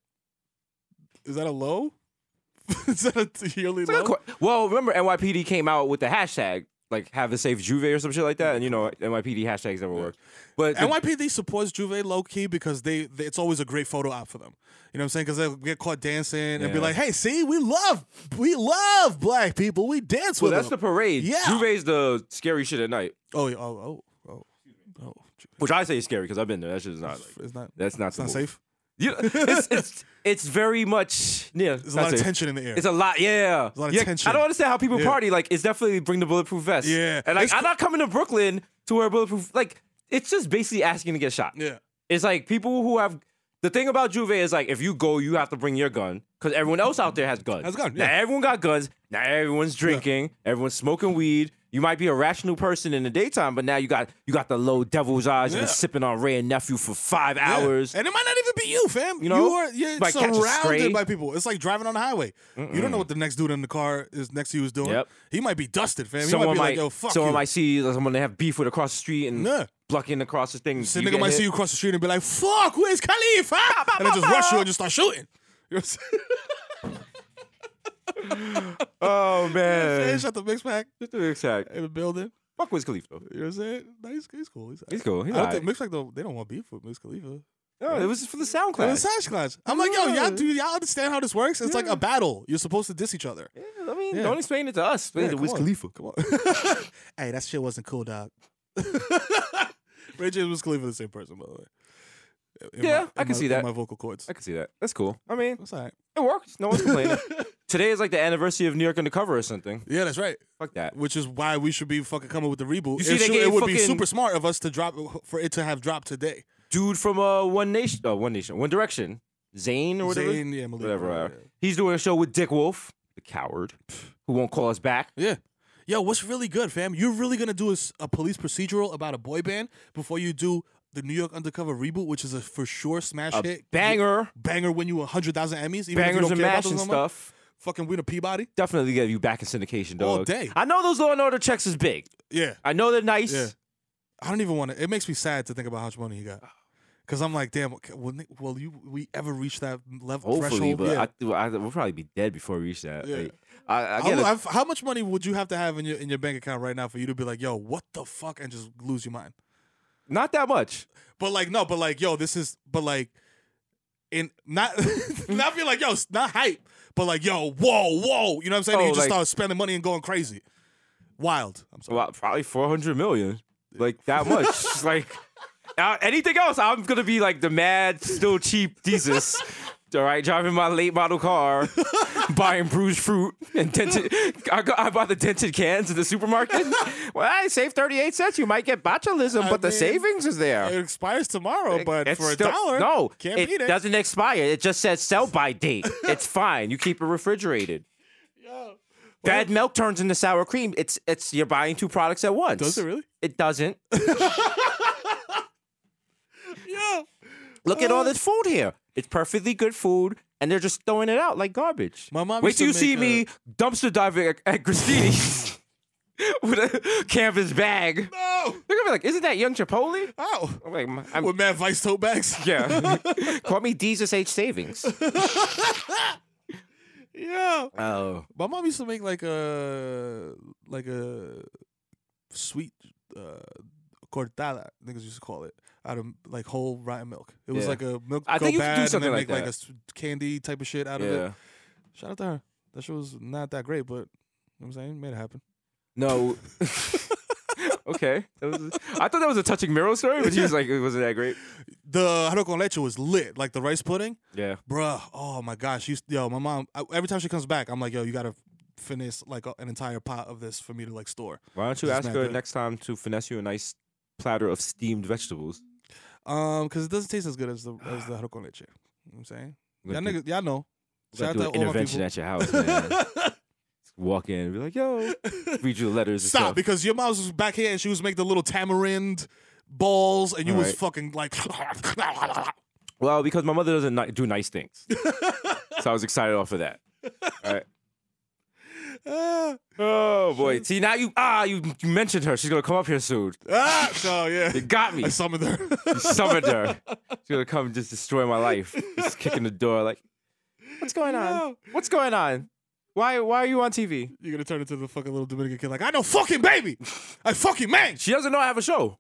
Oh, is that a low? is that a yearly
Good
low?
que- Well, remember NYPD came out with the hashtag like have a safe juve or some shit like that, and you know NYPD hashtags never work. But the-
NYPD supports Juve low key because they, they it's always a great photo op for them. You know what I'm saying? Because they'll get caught dancing and be
Yeah.
like, "Hey, see, we love we love black people. We dance
well,
with
that's the
them."
parade.
Yeah.
Juve's the scary shit at night,
oh, yeah, oh, oh, oh, oh.
which I say is scary because I've been there. That shit is not. Like,
It's not.
that's not.
It's not safe.
You it's, it's it's very much yeah.
There's a lot of tension in the air.
It's a lot, yeah.
a lot of
yeah,
tension.
I don't understand how people
Yeah.
party. Like, it's definitely bring the bulletproof vest.
Yeah.
and like,
It's
I'm not coming to Brooklyn to wear bulletproof. Like, it's just basically asking to get shot.
yeah.
It's like people who have the thing about Juve is like if you go, you have to bring your gun because everyone else out there has guns.
Has a gun,
Now
yeah.
everyone got guns. Now everyone's drinking. Everyone's smoking weed. You might be a rational person in the daytime, but now you got you got the low devil's eyes and
Yeah.
sipping on Ray and nephew for five
Yeah.
hours.
And it might not even be you, fam. You
You know?
are you're
Might catch a stray.
surrounded by people. It's like driving on the highway. You don't know what the next dude in the car is next to you is doing.
Yep.
He might be dusted, fam. he might
someone
be
might,
like, yo, fuck
someone
you.
might see someone they have beef with across the street and
Yeah.
blocking across the thing.
Some
You
nigga
get
might
hit.
see you across the street and be like, fuck, where's Khalif? huh?" And then just rush you and just start shooting. You know what I'm
Oh
saying?
man,
Shut the mix pack
just to be exact.
in the building.
Fuck Wiz Khalifa. though.
You know what I'm saying? Nah, he's, he's cool. He's,
He's cool. He's
I don't
alright.
think Mix Pac, though, they don't want beef with Mix Khalifa.
No, it was just for the sound
But it's
class.
Sash Clash. I'm like, yo, y'all, do y'all understand how this works? It's like a battle. You're supposed to diss each other.
I mean,
Yeah.
don't explain it to us. Explain
Yeah,
it to
come
Wiz
on.
Khalifa.
Come on. hey, that shit wasn't cool, dog. Ray J was Khalifa the same person, by the way. In
Yeah,
my-
I
in
can
my-
see
in
that.
my vocal cords.
I can see that. That's cool. I mean,
That's all right.
it works. No one's complaining. Today is like the anniversary of New York Undercover or something.
Yeah, that's right.
Fuck that.
Which is why we should be fucking coming with the reboot.
You see,
it,
they
should-
gave
it would be
fucking-
super smart of us to drop for it to have dropped today.
Dude from uh, One Nation, uh, One Nation, One Direction, Zayn or whatever.
Zayn, yeah, Malik,
whatever. uh,
yeah.
He's doing a show with Dick Wolf, the coward, who won't call us back.
Yeah. Yo, what's really good, fam? You're really gonna do a, s- a police procedural about a boy band before you do the New York Undercover reboot, which is a for sure smash
A
hit,
banger,
banger when you 100,000 Emmys, even if you
bangers
don't
and
care about
mash
those
and
that much.
stuff.
Fucking win a Peabody.
Definitely get you back in syndication, dog.
All day.
I know those Law and Order checks is big.
Yeah,
I know they're nice.
yeah. I don't even want to. It makes me sad to think about how much money he got. Cause I'm like, damn, okay, will, Nick- will you we ever reach that level
Hopefully,
threshold?
but
yeah.
I, well, I, we'll probably be dead before we reach that.
Yeah.
Like, I,
How,
I get it.
I've- how much money would you have to have in your in your bank account right now for you to be like, yo, what the fuck, and just lose your mind?
Not that much.
But like, no, but like, yo, this is, but like, in not not be like, yo, it's not hype, but like, yo, whoa, whoa, you know what I'm saying?
Oh,
you just
like-
start spending money and going crazy, wild. I'm sorry.
Well, probably 400 million. Like that much. Just like uh, anything else, I'm going to be like the mad, still cheap thesis. All right, driving my late model car, buying bruised fruit and dented. I, go, I bought the dented cans in the supermarket. well, I saved 38 cents. You might get botulism,
I
but the
mean,
savings is there.
It expires tomorrow, but
It's
for a
still-
dollar,
No,
can't
it
beat it.
doesn't expire. It just says sell by date. it's fine. You keep it refrigerated. Bad milk turns into sour cream. It's it's you're buying two products at once.
Does it really?
It doesn't.
Yeah.
Look at all this food here. It's perfectly good food, and they're just throwing it out like garbage.
My mom
Wait
used to
till you
make
see
a-
me dumpster diving at, at Christini's with a canvas bag.
No.
They're gonna be like, "Isn't that young Chipotle?"
Ow.
I'm like, "M- I'm,
With mad vice tote bags.
yeah. Call me DSH Savings.
Yeah.
Oh,
My mom used to make like a like a sweet uh, cortada. Niggas used to call it out of like whole rotten milk. It was
Yeah.
like a milk
I
go
think you could do
bad,
something
and then
like
make like a
that.
s- candy type of shit out of it.
yeah.
Shout out to her. That shit was not that great, but. You know what I'm saying, made it happen.
No. okay. That was, I thought that was a touching Miro story, but he was like, it wasn't that great.
The haru con leche was lit, like the rice pudding,
Yeah.
bruh. Oh my gosh, you, yo, my mom. I, every time she comes back, I'm like, yo, you gotta finish like a- an entire pot of this for me to like store.
Why don't you
This is
ask
not
her
good.
next time to finesse you a nice platter of steamed vegetables?
Um, because it doesn't taste as good as the as the haru con leche. You know what I'm saying,
We're
y'all
gonna do-
niggas, y'all know.
we're gonna
Shout out
do
to
an
all my
intervention
people.
at your house, man. Just Walk in and be like, yo, read you the letters. and
Stop,
stuff.
because your mom was back here and she was making the little tamarind balls, and you was
Alright.
fucking like.
Well, because my mother doesn't ni- do nice things. so I was excited off of that. All right.
ah,
Oh boy! See now you ah you, you mentioned her. She's gonna come up here soon.
ah, so yeah,
It got me.
I summoned her.
summoned her. She's gonna come and just destroy my life. Just kicking the door like, what's going on? What's going on?
Why? Why are you on TV?
You're gonna turn into the fucking little Dominican kid, like I know fucking baby, I fucking man.
She doesn't know I have a show.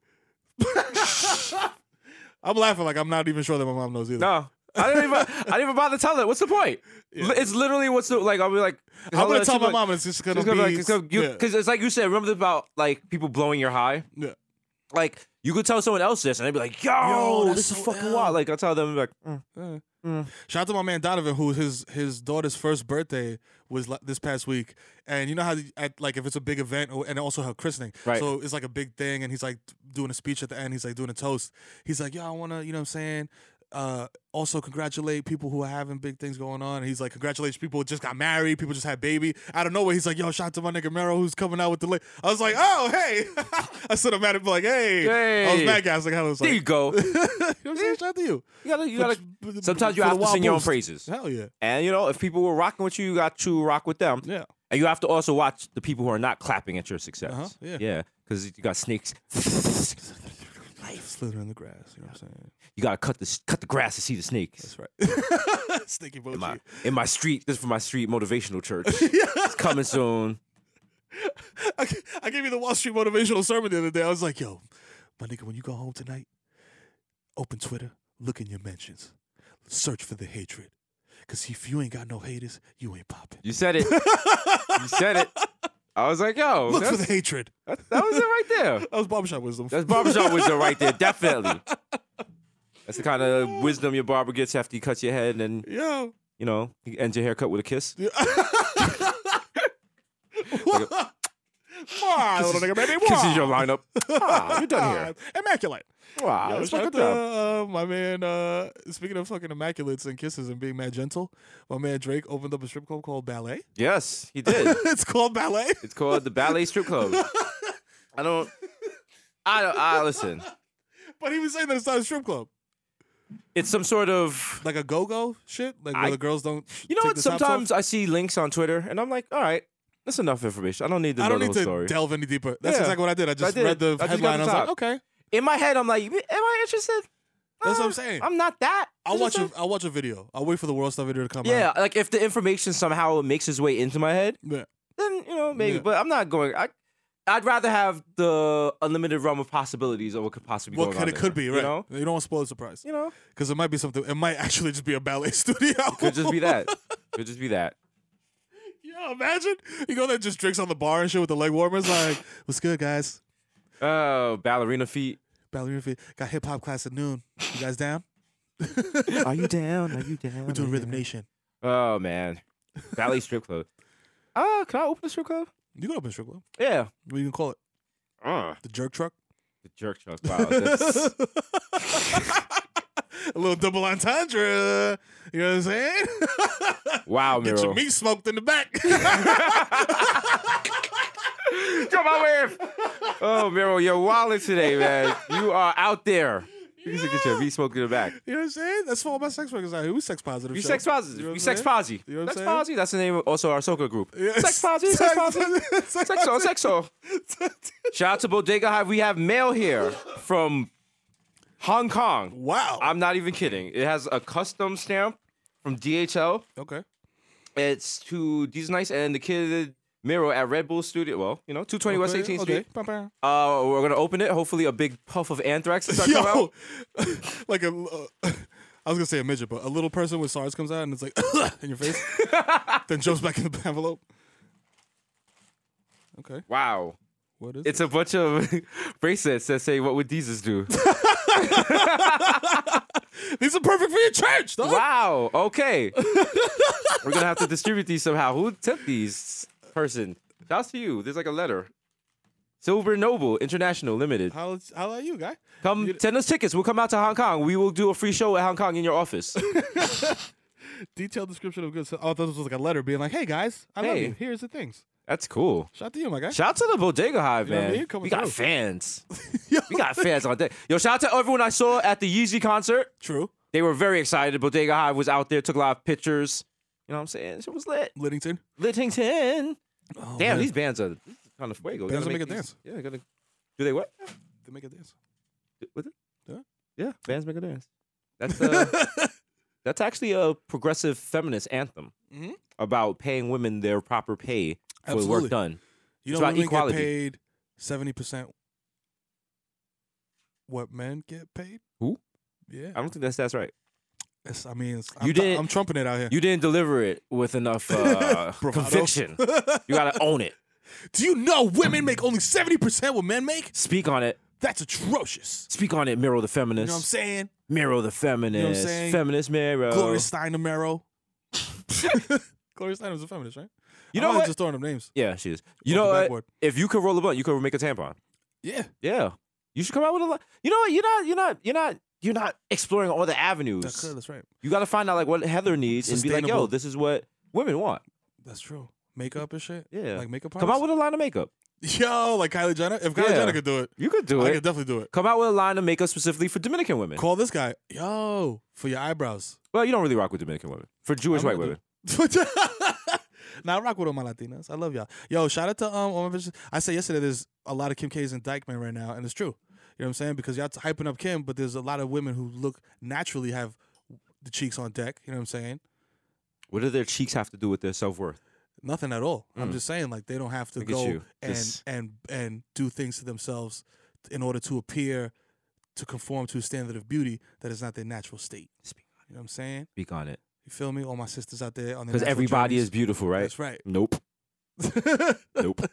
I'm laughing like I'm not even sure that my mom knows either.
No. I didn't even I didn't even bother telling her. What's the point? Li- It's literally what's the like I'll be like
I'm gonna
she's
tell my
like-
mom, and it's just gonna
It's
be
gonna be like, it's gonna- you-
yeah,
'cause it's like you said, remember about like people blowing your high?
yeah.
Like you could tell someone else this and they'd be like, yo,
Yo,
this
that's
is
so
fucking
ill.
wild. Like I'll tell them like mm.
Shout out to my man Donovan, who his his daughter's first birthday was li- this past week, and you know how the- at, like if it's a big event or, and also her christening,
Right.
so it's like a big thing, and he's like doing a speech at the end, he's like doing a toast, he's like, yo, I wanna, you know what I'm saying. Uh, also congratulate people who are having big things going on. And he's like, congratulations, people who just got married, people just had baby. Out of nowhere, he's like, yo, shout out to my nigga Mero who's coming out with the. Li-. I was like, oh hey, I stood up at him like, hey, I was
Hey.
mad guy. I was like, hello,
There you go.
you know what I'm saying? Shout out to you.
You gotta you gotta
For-
sometimes you
for the
have to
wild
sing your own
boost.
praises.
Hell yeah.
And you know, if people were rocking with you, you got to rock with them.
Yeah.
And you have to also watch the people who are not clapping at your success.
Uh-huh, yeah.
Because you got snakes.
Slither in the grass. You know what I'm saying?
You gotta cut the cut the grass to see the snakes.
That's right. Stinky
In my,
Bochi.
in my street, this is for my street motivational church. It's coming soon.
I, g- I gave you the Wall Street motivational sermon the other day. I was like, yo, my nigga, when you go home tonight, open Twitter, look in your mentions, search for the hatred. Because if you ain't got no haters, you ain't popping.
You said it. you said it. I was like, yo,
Look for
that's-
the hatred.
that, that was it right there.
That was barbershop wisdom.
That's barbershop wisdom right there, definitely. That's the kind of wisdom your barber gets after he cuts your head and then,
yo.
you know, he ends your haircut with a kiss.
Mwah, little nigga, baby.
Kisses
mwah.
your lineup. Ah, you're done here.
Immaculate.
Wow,
Yo,
let's
shout
fuck
out
with
to,
them.
uh, my man. Uh, speaking of fucking immaculates and kisses and being mad gentle, my man Drake opened up a strip club called Ballet.
Yes, he did.
it's called Ballet.
It's called the Ballet Strip Club. I don't. I don't. I listen.
But he was saying that it's not a strip club,
It's some sort of.
like a go-go shit, like where
I-
the girls don't.
You know
take
what?
the tops off.
Sometimes I see links on Twitter, and I'm like, all right, that's enough information. I don't need to
I don't
know the
need
whole
to
story.
delve any deeper. That's
Yeah.
exactly what I did. I just
did.
read the
I just got
headline.
the
I was like,
top.
okay,
In my head, I'm like, am I interested?
That's what I'm
Uh,
saying.
I'm not that.
I'll watch a,
interested.
I'll watch a video. I'll wait for the world stuff video to come
Yeah,
out.
like if the information somehow makes its way into my head,
Yeah.
then you know maybe.
Yeah.
But I'm not going. I, I'd rather have the unlimited realm of possibilities of what could possibly be
What
going
could
on
it could
there,
be, right?
You know,
You don't want to spoil the surprise
you know,
because it might be something. It might actually just be a ballet studio.
could just be that. could just be that.
Yeah, imagine you go there just drinks on the bar and shit with the leg warmers. Like, what's good, guys?
Oh, ballerina feet.
Ballerina feet. Got hip hop class at noon. You guys down?
Are you down? Are you down?
We're doing Rhythm Nation.
Oh man, ballet strip club. Ah, uh, can I open a strip club?
You can open a strip club.
Yeah.
What you gonna call it?
Uh,
The jerk truck?
the jerk truck. Wow, that's,
A little double entendre. You know what I'm saying?
wow,
Get your
Miro.
meat smoked in the back.
Come on, Miro. Oh, Miro, you're wilding today, man. You are out there. You can get your meat smoked in the back.
you know what I'm saying? That's for all my sex workers out here. We sex positive.
We
show.
sex positive.
You know what
we
I'm
sex
saying?
posy.
You know what I'm
sex
saying?
posy. That's the name of also our soca group.
Yeah.
Sex posy. Sex posy.
Sex
Sex
positive.
sexo. Shout out to Bodega Hive. We have mail here from Hong Kong.
Wow.
I'm not even kidding. It has a custom stamp from DHL.
okay.
It's to these nice and the kid Miro at Red Bull Studio. Well, you know, 220 West 18th Street.
Street.
Uh, we're gonna open it. Hopefully, a big puff of anthrax is gonna come
Yo,
out.
like a, uh, I was gonna say a midget, but a little person with SARS comes out and it's like in your face, then jumps back in the envelope. Okay,
Wow,
what is
it's a bunch of bracelets that say, "What would Jesus do?"
it? These are perfect for your church, dog.
Wow. Okay. We're gonna have to distribute these somehow. Who sent these? Person. Shouts to you. There's like a letter. Silver Noble International Limited.
How how about you, guy?
Come send us tickets. We'll come out to Hong Kong. We will do a free show at Hong Kong in your office.
Detailed description of good. Oh, I thought this was like a letter being like, "Hey guys, I love
Hey.
you. Here's the things."
That's cool.
Shout out to you, my guy.
Shout out to the Bodega Hive,
know what I
man.
mean? Coming
We got
through.
fans. We got fans on deck. Yo, shout out to everyone I saw at the Yeezy concert.
True.
They were very excited. Bodega Hive was out there, took a lot of pictures. You know what I'm saying? It was lit.
Liddington.
Littington.
Oh,
Damn,
man.
these bands are kind of fuego.
Bands
Gotta
will make a
these-
dance.
Yeah, gotta. Do they what?
they make a dance.
With it?
Yeah.
Yeah, bands make a dance. That's uh, That's actually a progressive feminist anthem
Mhm.
about paying women their proper pay for the
Absolutely.
work done.
You
It's
know,
about
women
equality.
get paid seventy percent. What men get paid?
Who?
Yeah,
I don't think that's that's right.
It's- I mean, it's,
You
I'm,
didn't-
I'm trumping it out here.
You didn't deliver it with enough uh,
Bravado.
conviction. You gotta own it.
Do you know women make only seventy percent what men make?
Speak on it.
That's atrocious.
Speak on it. Mirror the
You know what I'm
feminist.
saying?
mirror the feminist.
saying?
feminist mirror.
Gloria Steinem Arrow. Gloria Steinem's a feminist, right?
You
I'm
know
not
what?
Just throwing them names.
yeah, she is.
Off
You know
the
what?
backboard.
If you could roll a blunt, you could make a tampon.
Yeah,
Yeah, you should come out with a lot. You know what? You're not. You're not. You're not. You're not exploring all the
that's,
avenues.
that's right.
You got to find out like what Heather needs and be like, yo,
Sustainable.
this is what women want.
That's true. Makeup and shit.
Yeah.
like makeup.
Come out with a line of makeup.
with yo, like Kylie Jenner. If Kylie
Yeah.
Jenner could do it,
You could do
I
it.
could definitely do it.
Come out with a line of makeup specifically for Dominican women.
Call this guy, yo, for your eyebrows.
Well, you don't really rock with Dominican women. For Jewish
I'm
white
gonna
women.
now I rock with all my Latinas. I love y'all. Yo, shout out to um. All my bitches. I said yesterday there's a lot of Kim K's and Dykeman right now, and it's true. You know what I'm saying? Because y'all t- hyping up Kim, but there's a lot of women who look naturally have the cheeks on deck. You know what I'm saying?
What do their cheeks have to do with their self worth?
Nothing at all. I'm just saying like they don't have to
Mm. Look at
go
you.
and
This-
and and do things to themselves in order to appear to conform to a standard of beauty that is not their natural state.
Speak
You know what I'm saying?
Speak on it.
You feel me? All my sisters out there on the
Because everybody is
journeys.
beautiful, right?
That's right.
Nope. Nope.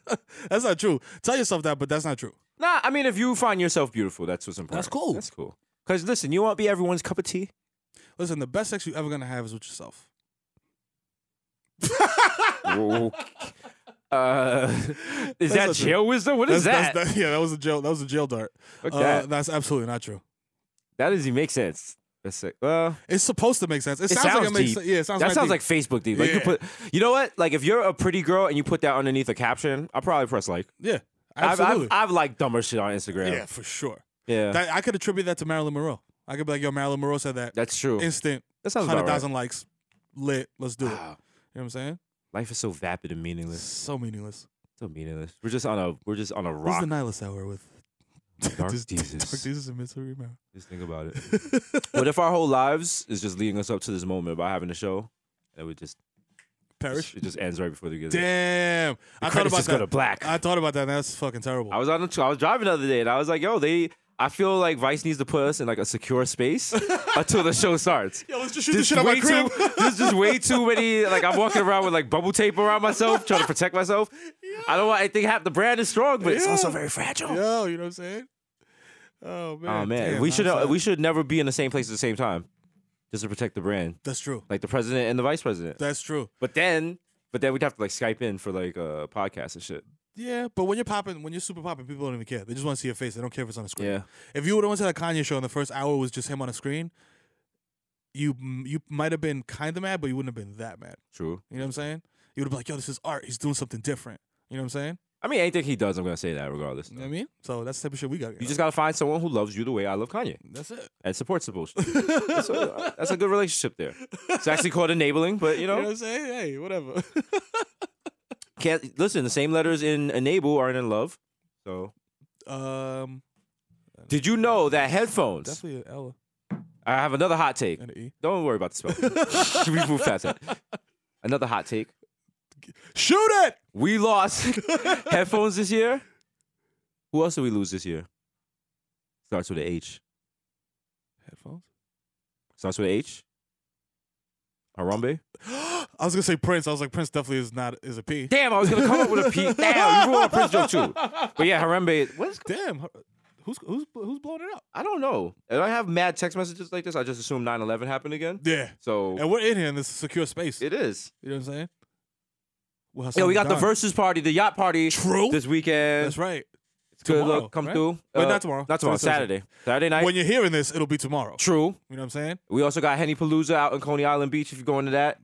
that's not true. Tell yourself that, but that's not true.
Nah, I mean, if you find yourself beautiful, that's what's important.
cool.
That's cool. Because listen, you won't be everyone's cup of tea.
Listen, the best sex you ever gonna have is with yourself.
Whoa. uh,
That's
is that
not true.
jail wisdom? What is
that's,
that?
That's, yeah, that was a jail. That was a jail dart.
Fuck
Uh,
that.
That's absolutely not true.
that doesn't even make sense. That's it. Well,
It's supposed to make sense. It,
It
sounds, like it
sounds
makes
deep.
sense. Yeah, it sounds.
that
kinda
sounds
deep.
like Facebook deep. Like you
Yeah.
put, you know what? Like if you're a pretty girl and you put that underneath a caption, I'll probably press like.
yeah,
I've,
absolutely.
I've, I've liked dumber shit on Instagram.
yeah, for sure.
Yeah.
That, I could attribute that to Marilyn Monroe. I could be like, yo, Marilyn Monroe said that.
that's true.
Instant,
that sounds
hundred
about right.
thousand likes, lit. Let's do it. You know
Wow.
what I'm saying?
Life is so vapid and meaningless.
So meaningless.
So meaningless. We're just on a we're just on a
This is
rock.
the Nihilist Hour with
Dark
Just-
Jesus.
Dark Jesus and Mystery Mary.
Just think about it. what if our whole lives is just leading us up to this moment by having a show? And it would just
Perish.
it just ends right before the gets there.
Damn. I thought
credits
about
just
that.
go to black.
I thought about that. and That's fucking terrible.
I was on the tr- I was driving the other day and I was like, yo, they I feel like Vice needs to put us in like a secure space until the show starts.
Yo, let's just shoot this
There's
shit out my
way
crib.
Too, there's just way too many. Like I'm walking around with like bubble tape around myself, trying to protect myself. I don't want. I think half the brand is strong, but it's
Yeah.
also very fragile.
Yo, you know what I'm saying? Oh man.
Oh man,
Damn,
we
I'm
should uh,
sorry.
we should never be in the same place at the same time, just to protect the brand,
That's true.
like the president and the vice president.
That's true.
But then, but then we'd have to like Skype in for like a podcast and shit.
Yeah, but when you're popping, when you're super popping, people don't even care. They just want to see your face. They don't care if it's on a screen.
Yeah.
If you would have went to that Kanye show and the first hour was just him on a screen, you you might have been kind of mad, but you wouldn't have been that mad.
True.
You know what I'm saying? You would have been like, "Yo, this is art. He's doing something different." You know what I'm saying?
I mean, anything he does, I'm gonna say that regardless.
You know what I mean? So that's the type of shit we got.
You just gotta find someone who loves you the way I love Kanye
that's it.
and supports the bullshit. that's, a, uh, that's a good relationship there. It's actually called enabling, but you
You know
know,
what I'm saying? Hey, whatever.
can't listen. The same letters in enable aren't in love. So,
um,
did you know that headphones?
definitely an L
I have another hot take.
and an E.
Don't worry about the spell. we move past that. Another hot take.
Shoot it!
We lost headphones this year. Who else did we lose this year? Starts with a H.
Headphones.
Starts with a H. Harambe.
I was gonna say Prince. I was like, Prince definitely is not is a P.
Damn, I was gonna come up with a P. Damn, you ruined a Prince joke too. But yeah, Harambe. What is,
Damn, who's who's who's blowing it up?
I don't know. And I have mad text messages like this. I just assume 9/11 happened again.
Yeah,
So
and we're in here in this secure space.
it is.
you know what I'm saying? Well,
Yeah, we
Hassan
got the
Khan.
versus party, the yacht party.
True.
This weekend.
That's right.
Good
Tomorrow,
luck. Come
right?
through. Uh,
Wait, not tomorrow.
Not tomorrow.
Saturday,
Saturday. Saturday night.
when you're hearing this, it'll be tomorrow. You
True.
know what I'm saying?
We also got Henny Palooza out in Coney Island Beach. If you're going to that,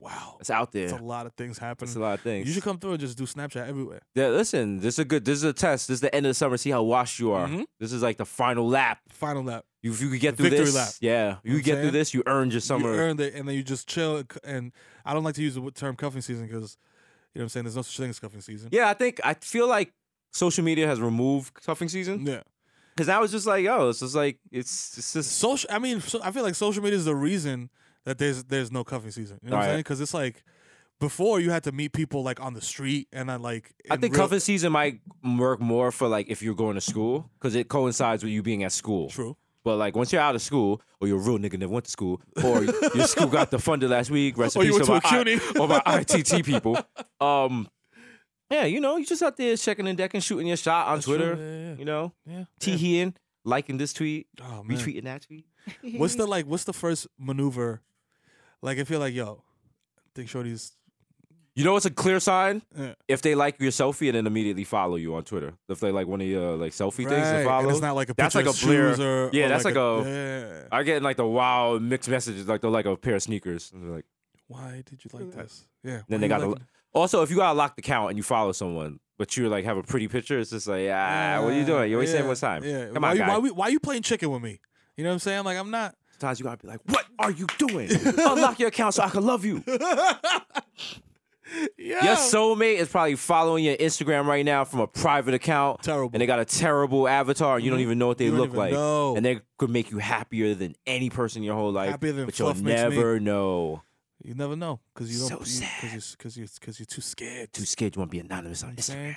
Wow,
it's out there.
it's a lot of things happening.
It's a lot of things.
You should come through and just do Snapchat everywhere.
yeah, listen, this is a good. This is a test. This is the end of the summer. See how washed you are.
Mhm.
This is like the final lap.
Final lap.
You- If you could get
The
through
victory
this,
lap.
yeah, you
know what
could get
I'm
through
saying?
this, you earned your
You
summer.
earned it, and then you just chill. and c- And I don't like to use the w- term cuffing season because you know what I'm saying. There's no such thing as cuffing season.
yeah, I think I feel like social media has removed cuffing season
Yeah.
because I was just like, oh, it's just like it's it's just
Social. I mean, so, I feel like social media is the reason that that there's there's no cuffing season. You know what I'm
Right.
saying? Because it's like before you had to meet people like on the street and then like
I
in
think
real-
cuffing season might work more for like if you're going to school because it coincides with you being at school.
True.
But like once you're out of school, or you're a real nigga never went to school, or your school got defunded last week, rest in
Or you
peace
went
to
to
my
a
I-
CUNY.
or my ITT people. Um, yeah, you know, you just out there checking the deck and shooting your shot on
true,
Twitter.
yeah, yeah,
You know,
Yeah.
teeheeing, liking this tweet,
Oh, man.
retweeting that tweet.
What's the like? What's the first maneuver? Like if you're like, yo, I think Shorty's eh,
You know, it's a clear sign
Yeah.
if they like your selfie and then immediately follow you on Twitter. If they like one of your like selfie things
Right,
and
and
follow,
it's not like a
that's
picture
like a
of shoes
blur.
or-
yeah,
or
that's like,
like
a.
a- yeah.
I get like the wild mixed messages, like they're like a pair of sneakers. And they're like,
why did you like this? Yeah.
then
why
they
you
got
liking-
to also if you got a locked account and you follow someone, but you like have a pretty picture, it's just like ah, what are you doing? You always saying
Yeah,
one time.
Yeah.
Come
why,
on,
you-
guy.
why, we- why you playing chicken with me? You know what I'm saying? Like I'm not.
Sometimes you gotta be like, what are you doing? Unlock your account so I can love you.
Yeah.
Your soulmate is probably following your Instagram right now from a private account.
Terrible.
And they got a terrible avatar. And you don't even know what they
Mm-hmm. You don't
look
even
like.
know.
And they could make you happier than any person in your whole life.
Happier than
but you'll
fluff makes me.
never know.
You never know because you
So
don't.
sad.
Because you, are because you're too scared.
Too scared you want to be anonymous on Instagram.
Understand?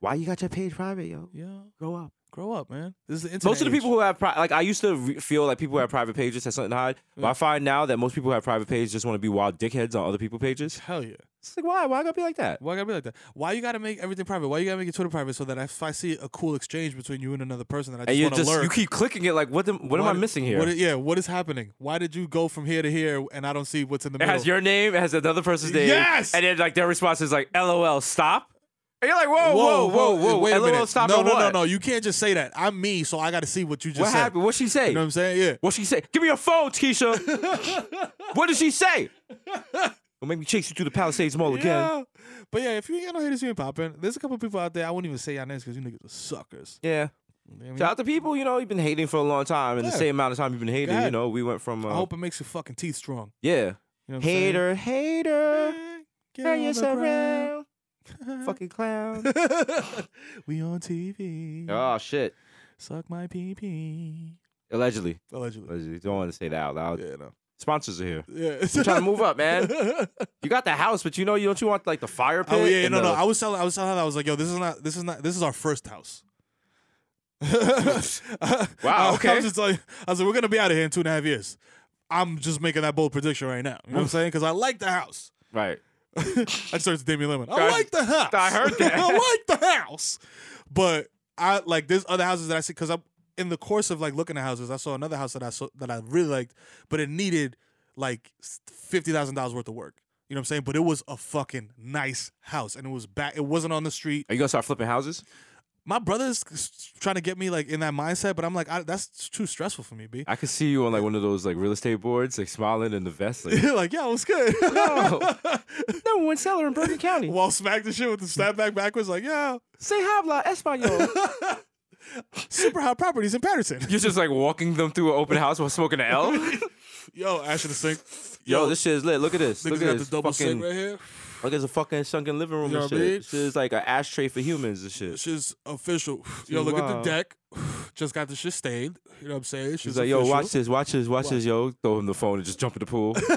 Why you got your page private, yo?
Yeah.
Grow up.
Grow up, man. This is the internet.
Most of the
age.
people who have pri- like I used to re- feel like people who have private pages have something to hide, but I find now that most people who have private pages just want to be wild dickheads on other people's pages.
Hell yeah.
It's like why? Why gotta be like that?
Why gotta be like that? Why you gotta make everything private? Why you gotta make your Twitter private so that if I see a cool exchange between you and another person that I
And
just
you
want to
just
learn.
you keep clicking it. Like what? The, what, am I missing here?
What, i- yeah, what is happening? Why did you go from here to here and I don't see what's in the
It
middle?
has your name. It has another person's name.
Yes!
And then like their response is like, "LOL, stop." And you're like, "Whoa, whoa, whoa, whoa!"
Wait a
LOL,
minute.
stop.
no,
or
no, no,
what?
no. You can't just say that. I'm me, so I gotta see what you just
What
said.
happened? What'd she say?
You know what I'm saying? Yeah.
What she say? Give me your phone, Keisha. what did she say? Don't make me chase you through the Palisades Mall again.
Yeah. But yeah, if you ain't got no haters, you ain't popping. There's a couple people out there. I wouldn't even say y'all names because you niggas are suckers. You
Yeah.
know what I mean?
Shout out to people, you know, you've been hating for a long time, and the
Yeah.
same amount of time you've been hating, you
ahead.
know, we went from uh,
I hope it makes your fucking teeth strong.
yeah,
You know what I'm saying?
hater, hater,
Get
turn
on the
yourself
ground.
around, fucking clown.
we on TV.
oh shit!
Suck my pee pee.
Allegedly,
Allegedly.
Allegedly. don't want to say that out loud.
Yeah, no.
Sponsors are here.
Yeah.
I'm trying to move up, man. You got the house, but you know, you don't you want like the fire pit?
Oh yeah,
and
no, no.
the-
I was telling, I was telling her, I was like, yo, this is not, this is not, this is our first house. wow. I
okay.
was just like, I was like, we're gonna be out of here in two and a half years. I'm just making that bold prediction right now. You know what I'm saying? Because I like the house.
right.
I started to Damian Lemon. I
I-
like the house.
I heard that.
I like the house. But I like there's other houses that I see because I'm in the course of like looking at houses. I saw another house that I saw that I really liked, but it needed like fifty thousand dollars worth of work. You know what I'm saying? But it was a fucking nice house, and it was back. It wasn't on the street.
Are you gonna start flipping houses?
My brother's trying to get me like in that mindset, but I'm like, I, that's too stressful for me, b.
I could see you on like one of those like real estate boards, like smiling in the vest, like
like, yeah, it was good.
number one seller in Bergen County.
While smack the shit with the snapback backwards, like, yeah,
Say habla español.
super hot properties in Patterson.
You're just like walking them through an open house while smoking an L.
Yo, Ash in the sink.
Yo, this shit is lit. Look at this. Look
Niggas
at
got
this
the double
fucking.
sink right here.
Look at this fucking sunken living room
You know
and
what I mean?
shit. This is like an ashtray for humans and shit.
This is official. Yo, look at the
wow.
deck. Just got the shit stained. You know what I'm saying?
She's
She's
like, yo, watch this, watch this, watch this, yo. Throw him the phone and just jump in the pool.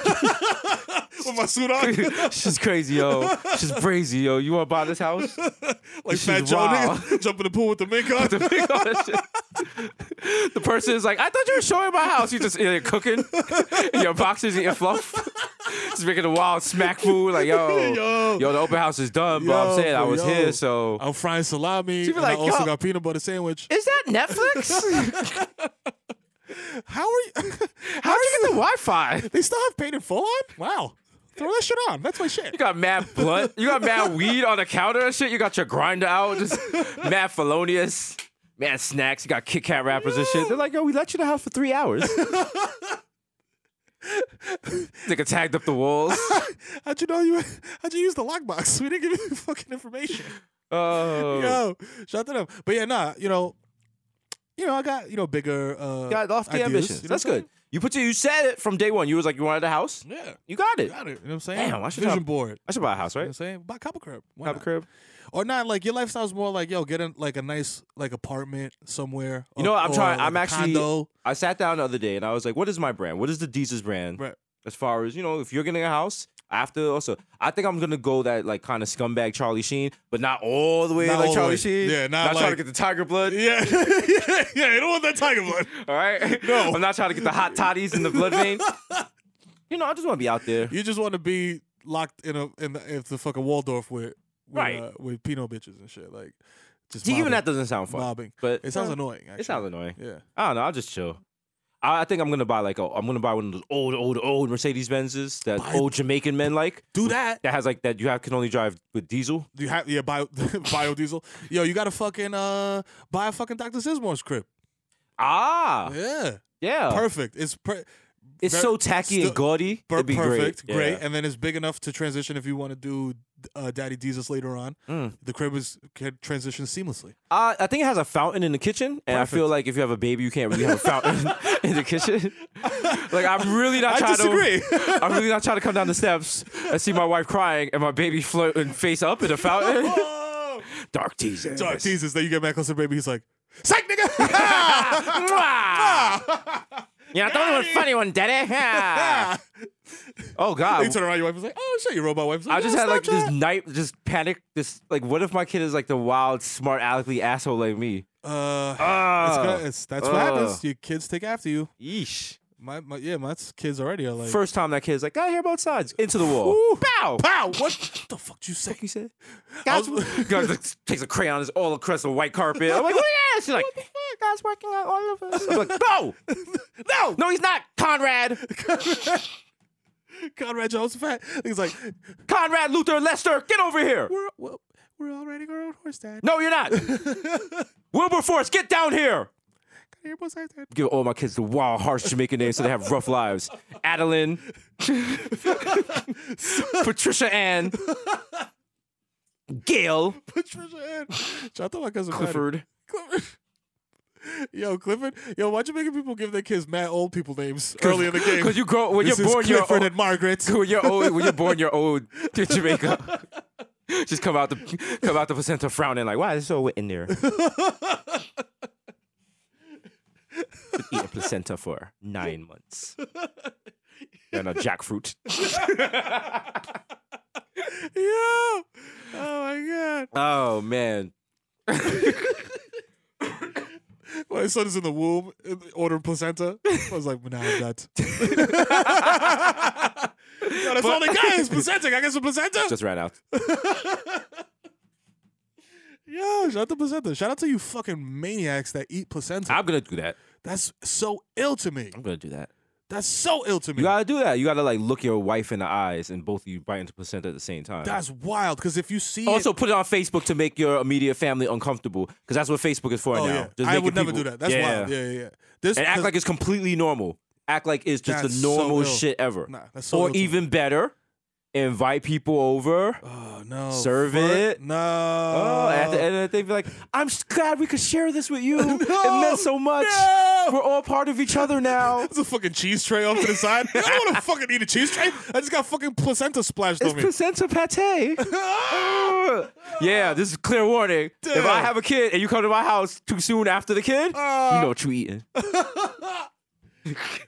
With my suit on.
She's crazy, yo. She's crazy, yo. You want to buy this house?
like
She's
Fat Joe
wild.
nigga. Jump in the pool with the mink on.
the person is like, I thought you were showing my house. You just you're cooking in your boxes, eating fluff. Just making a wild smack food. Like, yo, yo,
Yo.
the open house is done, but I'm saying I
Yo,
was
yo.
here, so.
I'm frying salami.
She be
and
like,
I also
yo.
got peanut butter sandwich.
Is that Netflix?
How are you?
How'd you get the Wi Fi?
they still have painted full on? Wow. Throw that shit on. That's my shit.
You got mad blunt. You got mad weed on the counter and shit. You got your grinder out, just mad felonious, mad snacks. You got Kit Kat wrappers and shit. They're like, yo, we let you in the house for three hours. Nigga tagged up the walls.
How'd you know you? How'd you use the lockbox? We didn't give you the fucking information.
Oh,
Yo, shout to them. But yeah, nah, you know, you know, I got you know bigger. Uh,
got lofty
ideas,
ambitions.
you know
That's
what I'm
good. You put your, you said it from day one. You was like, you wanted a house.
saying? Yeah,
You got it.
got it. You know what I'm saying?
Damn, I should
vision
try-
board.
I should buy a house,
You know what I'm
right?
saying? Buy copper crib. Why
Have a
not?
crib.
Or not like your lifestyle's more like yo, get in like a nice like apartment somewhere.
You know,
or-
what? I'm
or,
trying.
like,
I'm
a
actually.
condo.
I sat down the other day and I was like, what is my brand? What is the Deez's brand?
Right.
as far as you know, if you're getting a house after also, I think I'm gonna go that like kind of scumbag Charlie Sheen, but not all the way
Not all
like
the
Charlie
way.
Sheen.
Yeah, not
trying
like-
to get the tiger blood.
Yeah, yeah, yeah. You don't want that tiger blood.
All right,
No.
I'm not trying to get the hot toddies in the blood vein. you know, I just want to be out there.
You just want to be locked in a in the, in the fucking Waldorf with with,
Right.
uh, with Pinot bitches and shit. Like, just
See, even
mobbing.
that doesn't sound fun.
mobbing.
But
It sounds
uh,
annoying. Actually.
It sounds annoying.
Yeah.
I don't know. I'll just chill. I, I think I'm gonna buy like a. I'm gonna buy one of those old, old, old Mercedes Benzes that
Buy-
old Jamaican men like.
Do that.
That has like that you have can only drive with diesel.
Do you have yeah bio biodiesel? Yo, you gotta fucking uh buy a fucking Dr. Sismore's crib.
Ah,
Yeah,
yeah.
perfect. It's per-
It's
Ver-
so tacky
still-
and gaudy.
per-
It'd be
perfect,
great. Yeah.
and then it's big enough to transition if you want to do uh, Daddy Jesus later on.
Mm.
The crib is can transition seamlessly.
Uh, I think it has a fountain in the kitchen, and I feel
Perfect.
like if you have a baby, you can't really have a fountain in the kitchen. like I'm really not
I
trying
disagree.
to. I'm really not trying to come down the steps and see my wife crying and my baby floating face up in the fountain.
Oh,
Dark teaser.
Dark Jesus. Then you get mad close to the baby. He's like, "Psych, nigga."
Yeah, I thought it was funny one, Daddy. Yeah. oh
you
God.
turn around, your wife was like, "Oh shit, you robot wife."
I just had like this night, just panic. This like, what if my kid is like the wild, smart, alecky asshole like me?
Uh, it's
Ah,
gonna, it's, that's what
Uh.
happens. Your kids take after you.
yeesh.
My, my yeah, my kids already are like.
First time that kid's like, I hear both sides into the wall. Pow!
Pow! What the fuck did you say?
You said.
I
Guys,
was-
guys like, takes a crayon, is all across the white carpet. I'm like, what? Yeah. She's like, guys, working on all of us. I'm like, no, no, no, he's not, Conrad,
Conrad Jones fat. He's like,
Conrad, Luther, Lester, get over here.
we're well, we're all riding our own horse, Dad.
No, you're not. Wilberforce, get down here.
Your both sides, Dad.
Give all my kids the wild, harsh Jamaican names so they have rough lives. Adeline, Patricia Ann, Gail,
Patricia Ann. Shout out to my cousin Patty.
Clifford.
Clifford. Yo, Clifford. Yo, why you making people give their kids mad old people names early in the game?
Because you grow when
this
you're
is
born, you're
Clifford
old,
and Margaret.
when you're old, when you're born, you're old to Jamaica. Just come out the come out the placenta frowning like, why is so wet in there? Eat a placenta for nine months and a jackfruit.
Yo. Oh my god.
Oh man.
My son is in the womb. Order placenta. I was like, nah, I'm not. Yo, that's all they got is placenta. I guess a placenta.
Just ran out.
Yo, shout out to placenta. Shout out to you fucking maniacs that eat placenta.
I'm gonna do that.
That's so ill to me.
I'm gonna do that.
That's so ill to me.
You gotta do that. You gotta like look your wife in the eyes and both of you bite into placenta at the same time.
That's wild. Because if you see it-
also, put it on Facebook to make your immediate family uncomfortable because that's what Facebook is for
oh
now.
yeah,
Just
I
making
would never
people-
do that. That's wild. Yeah, yeah, yeah. This
and act
'cause-
like it's completely normal. Act like it's just
That's
the
so
normal
ill.
shit ever.
Nah, that's so
or
ill to me.
even better, invite people over.
oh no,
serve
Fuck.
it.
No,
Oh, and at the end of the day, be like, I'm s- glad we could share this with you. it meant so much.
No!
We're all part of each other now.
There's a fucking cheese tray off to the side. I don't want to fucking eat a cheese tray. I just got fucking placenta splashed
It's
on me.
placenta pate. Ugh. yeah, this is clear warning. If I
Damn.
have a kid and you come to my house too soon after the kid, you
Ah.
know what you eating.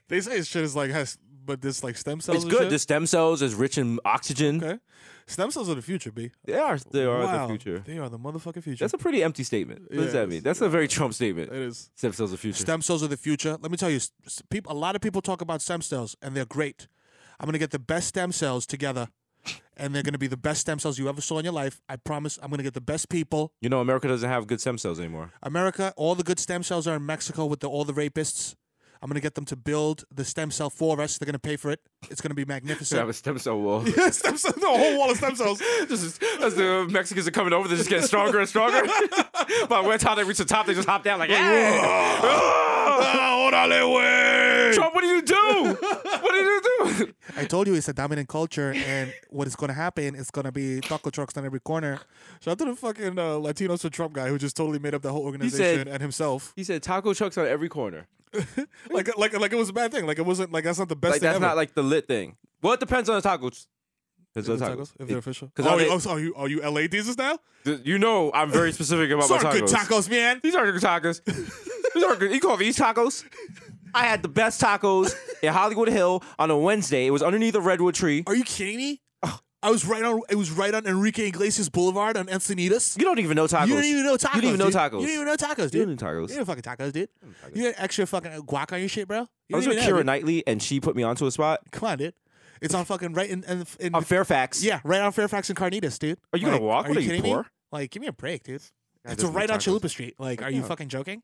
they say this shit is like has, but this like stem cells.
It's
and
good.
shit?
The stem cells is rich in oxygen.
okay. Stem cells are the future, b.
They are. They are
wow.
the future.
They are the motherfucking future.
That's a pretty empty statement. What does
Yeah,
that mean? That's a very Trump statement.
it is.
Stem cells are future.
Stem cells are the future. Let me tell you, s- s- peop- a lot of people talk about stem cells, and they're great. I'm going to get the best stem cells together, and they're going to be the best stem cells you ever saw in your life. I promise I'm going to get the best people.
you know, America doesn't have good stem cells anymore.
America, all the good stem cells are in Mexico with the, all the rapists. I'm going to get them to build the stem cell for us. They're going to pay for it. It's going to be
They have
magnificent.
a stem cell wall.
stem cells, the whole wall of stem cells.
just as the Mexicans are coming over, they're just getting stronger and stronger. By the time they reach the top, they just hop down like, Trump, what do you do? What do you do?
I told you it's a dominant culture, and what is going to happen is going to be taco trucks on every corner. Shout out to the fucking uh, Latinos for Trump guy who just totally made up the whole organization and himself.
He said taco trucks on every corner.
Like, like, like it was a bad thing. Like it wasn't. Like that's not the best.
Like
thing
that's
ever.
not like the lit thing. Well, it depends on the tacos. Depends on
Good
the
tacos,
tacos.
if they're official.
'cause
oh,
are
you-
they-
oh, so are you are you LA Jesus now?
Th- You know, I'm very specific about
Sorry,
my
good tacos, man.
These aren't good tacos. These aren't good. You call these tacos? I had the best tacos in Hollywood Hill on a Wednesday. It was underneath a redwood tree.
Are you kidding me? I was right on. It was right on Enrique Iglesias Boulevard on Encinitas.
You don't even know tacos.
You didn't even know tacos.
You didn't even know
dude.
tacos.
You didn't even know tacos, dude.
You didn't know tacos.
You didn't fucking tacos, dude. You had extra fucking guac on your shit, bro. You
I was
didn't even
with
know,
Kira
dude.
Knightley, and she put me onto a spot
Come on, dude. It's on fucking right in, in, in
on Fairfax.
yeah, right on Fairfax and Carnitas, dude.
Are you gonna
Like,
walk?
Are
What
you
are you,
kidding me?
poor?
Like, give me a break, dude.
Guy
it's
doesn't
right
eat
on
tacos.
Chalupa Street. Like, are you
Yeah.
fucking joking?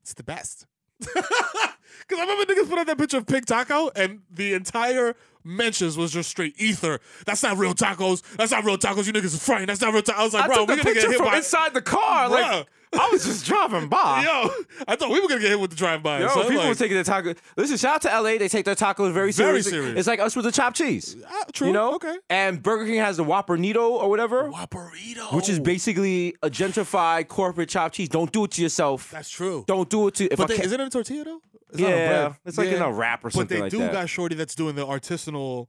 It's the best. Because I remember niggas put up that picture of pig taco, and the entire mentions was just straight ether. That's not real tacos. That's not real tacos. You niggas is frying. That's not real tacos. I was like,
I
bro,
took
we're
the
gonna get
picture
hit
from
by.
inside the car. Like I was just driving by.
Yo, I thought we were gonna get hit with the drive by.
Yo, people were taking their tacos. Listen, shout out to LA. They take their tacos
Very
very seriously.
serious. Ah,
It's like us with the chopped cheese.
true.
You know?
okay.
And Burger King has the Whopper Nito or whatever,
Waparito,
which is basically a gentrified corporate chopped cheese. Don't do it to yourself.
That's true.
Don't do it to. If
But
I
they,
can,
is it in a tortilla though? It's not a
yeah,
bread.
it's like in
Yeah.
a wrap or
But
something
they
like
do
that.
got Shorty that's doing the artisanal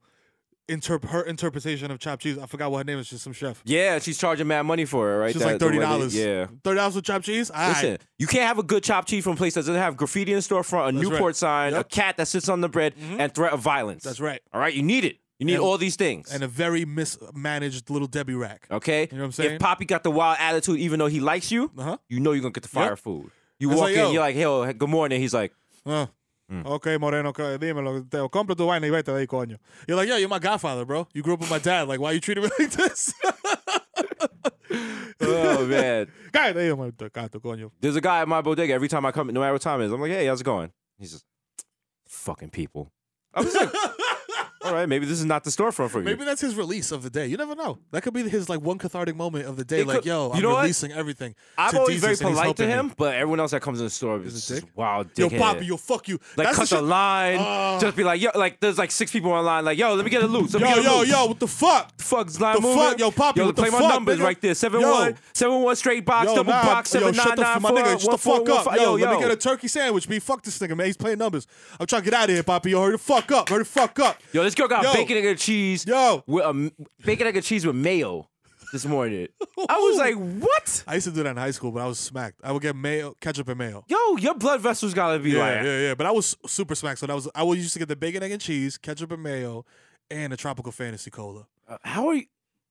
interp- her interpretation of chopped cheese. I forgot what her name is. She's some chef.
yeah, she's charging mad money for it, right?
She's
That-
like
the way
thirty
they-
dollars.
Yeah.
thirty dollars for chopped cheese. All
Listen,
right.
you can't have a good chopped cheese from a place that doesn't have graffiti in the storefront, a
right.
Newport sign, a
Yep. Mm-hmm.
cat that sits on the bread, and threat of violence.
That's right.
All right, you need it. You need
And-
all these things.
and a very mismanaged little Debbie rack.
okay,
You know what I'm saying?
If Poppy got the wild attitude, even though he likes you,
Uh-huh.
you know you're gonna get the fire
Yep.
food. You
It's
walk
like,
in,
yo.
you're like, "Hey, good morning." He's like,
Uh.
Hmm.
Okay, Moreno, co- dímelo, te compro tu vaina y vete de ahí, coño. You're like, yo, you're my godfather, bro. You grew up with my dad. Like, why you treating me like this?
"Oh man."
Cállate, hijo, maldito gato, coño.
There's a guy at my bodega every time I come, no matter what time it is. I'm like, "Hey, how's it going?" He's just fucking people. I was like, "All right, maybe this is not the storefront for you."
Maybe that's his release of the day. You never know. That could be his like one cathartic moment of the day.
It
like,
could-
yo,
you
I'm
know what?
releasing everything.
I'm
to
always
Jesus
very
and he's
polite to
helping
him,
me.
but everyone else that comes in the store is
He's a
just
dick?
wild
Yo,
dickhead.
Poppy, yo, fuck you.
like
That's
cut the
shit-
line,
Ah.
just be like, yo, like there's like six people online, like, yo, let me get a loot. Let me
Yo,
get a
yo,
loot.
yo, what the fuck?
Fuck's line
The fuck?
moving.
Yo, Poppy,
yo,
what the
play my
fuck,
numbers
nigga?
right there. Seven
Yo.
one, seven one straight box,
Yo,
double
nah,
box,
yo,
seven nine
shut the,
nine
my
four,
nigga, shut
one
the
four,
fuck
one
up.
five.
yo,
Yo,
let me
yo.
get a turkey sandwich, B. Fuck this nigga, man. He's playing numbers. I'm trying to get out of here, Poppy. Yo, hurry the fuck up. Hurry the fuck up.
Yo, this girl got
Yo.
bacon egg and cheese.
Yo.
with a m- bacon egg and cheese with mayo this morning. I was like, what?
I used to do that in high school, but I was smacked. I would get mayo, ketchup and mayo.
Yo, your blood vessels gotta be
Yeah,
like,
yeah, yeah. But I was super smacked. So that was I was used to get the bacon, egg, and cheese, ketchup and mayo, and a tropical fantasy cola.
how are you?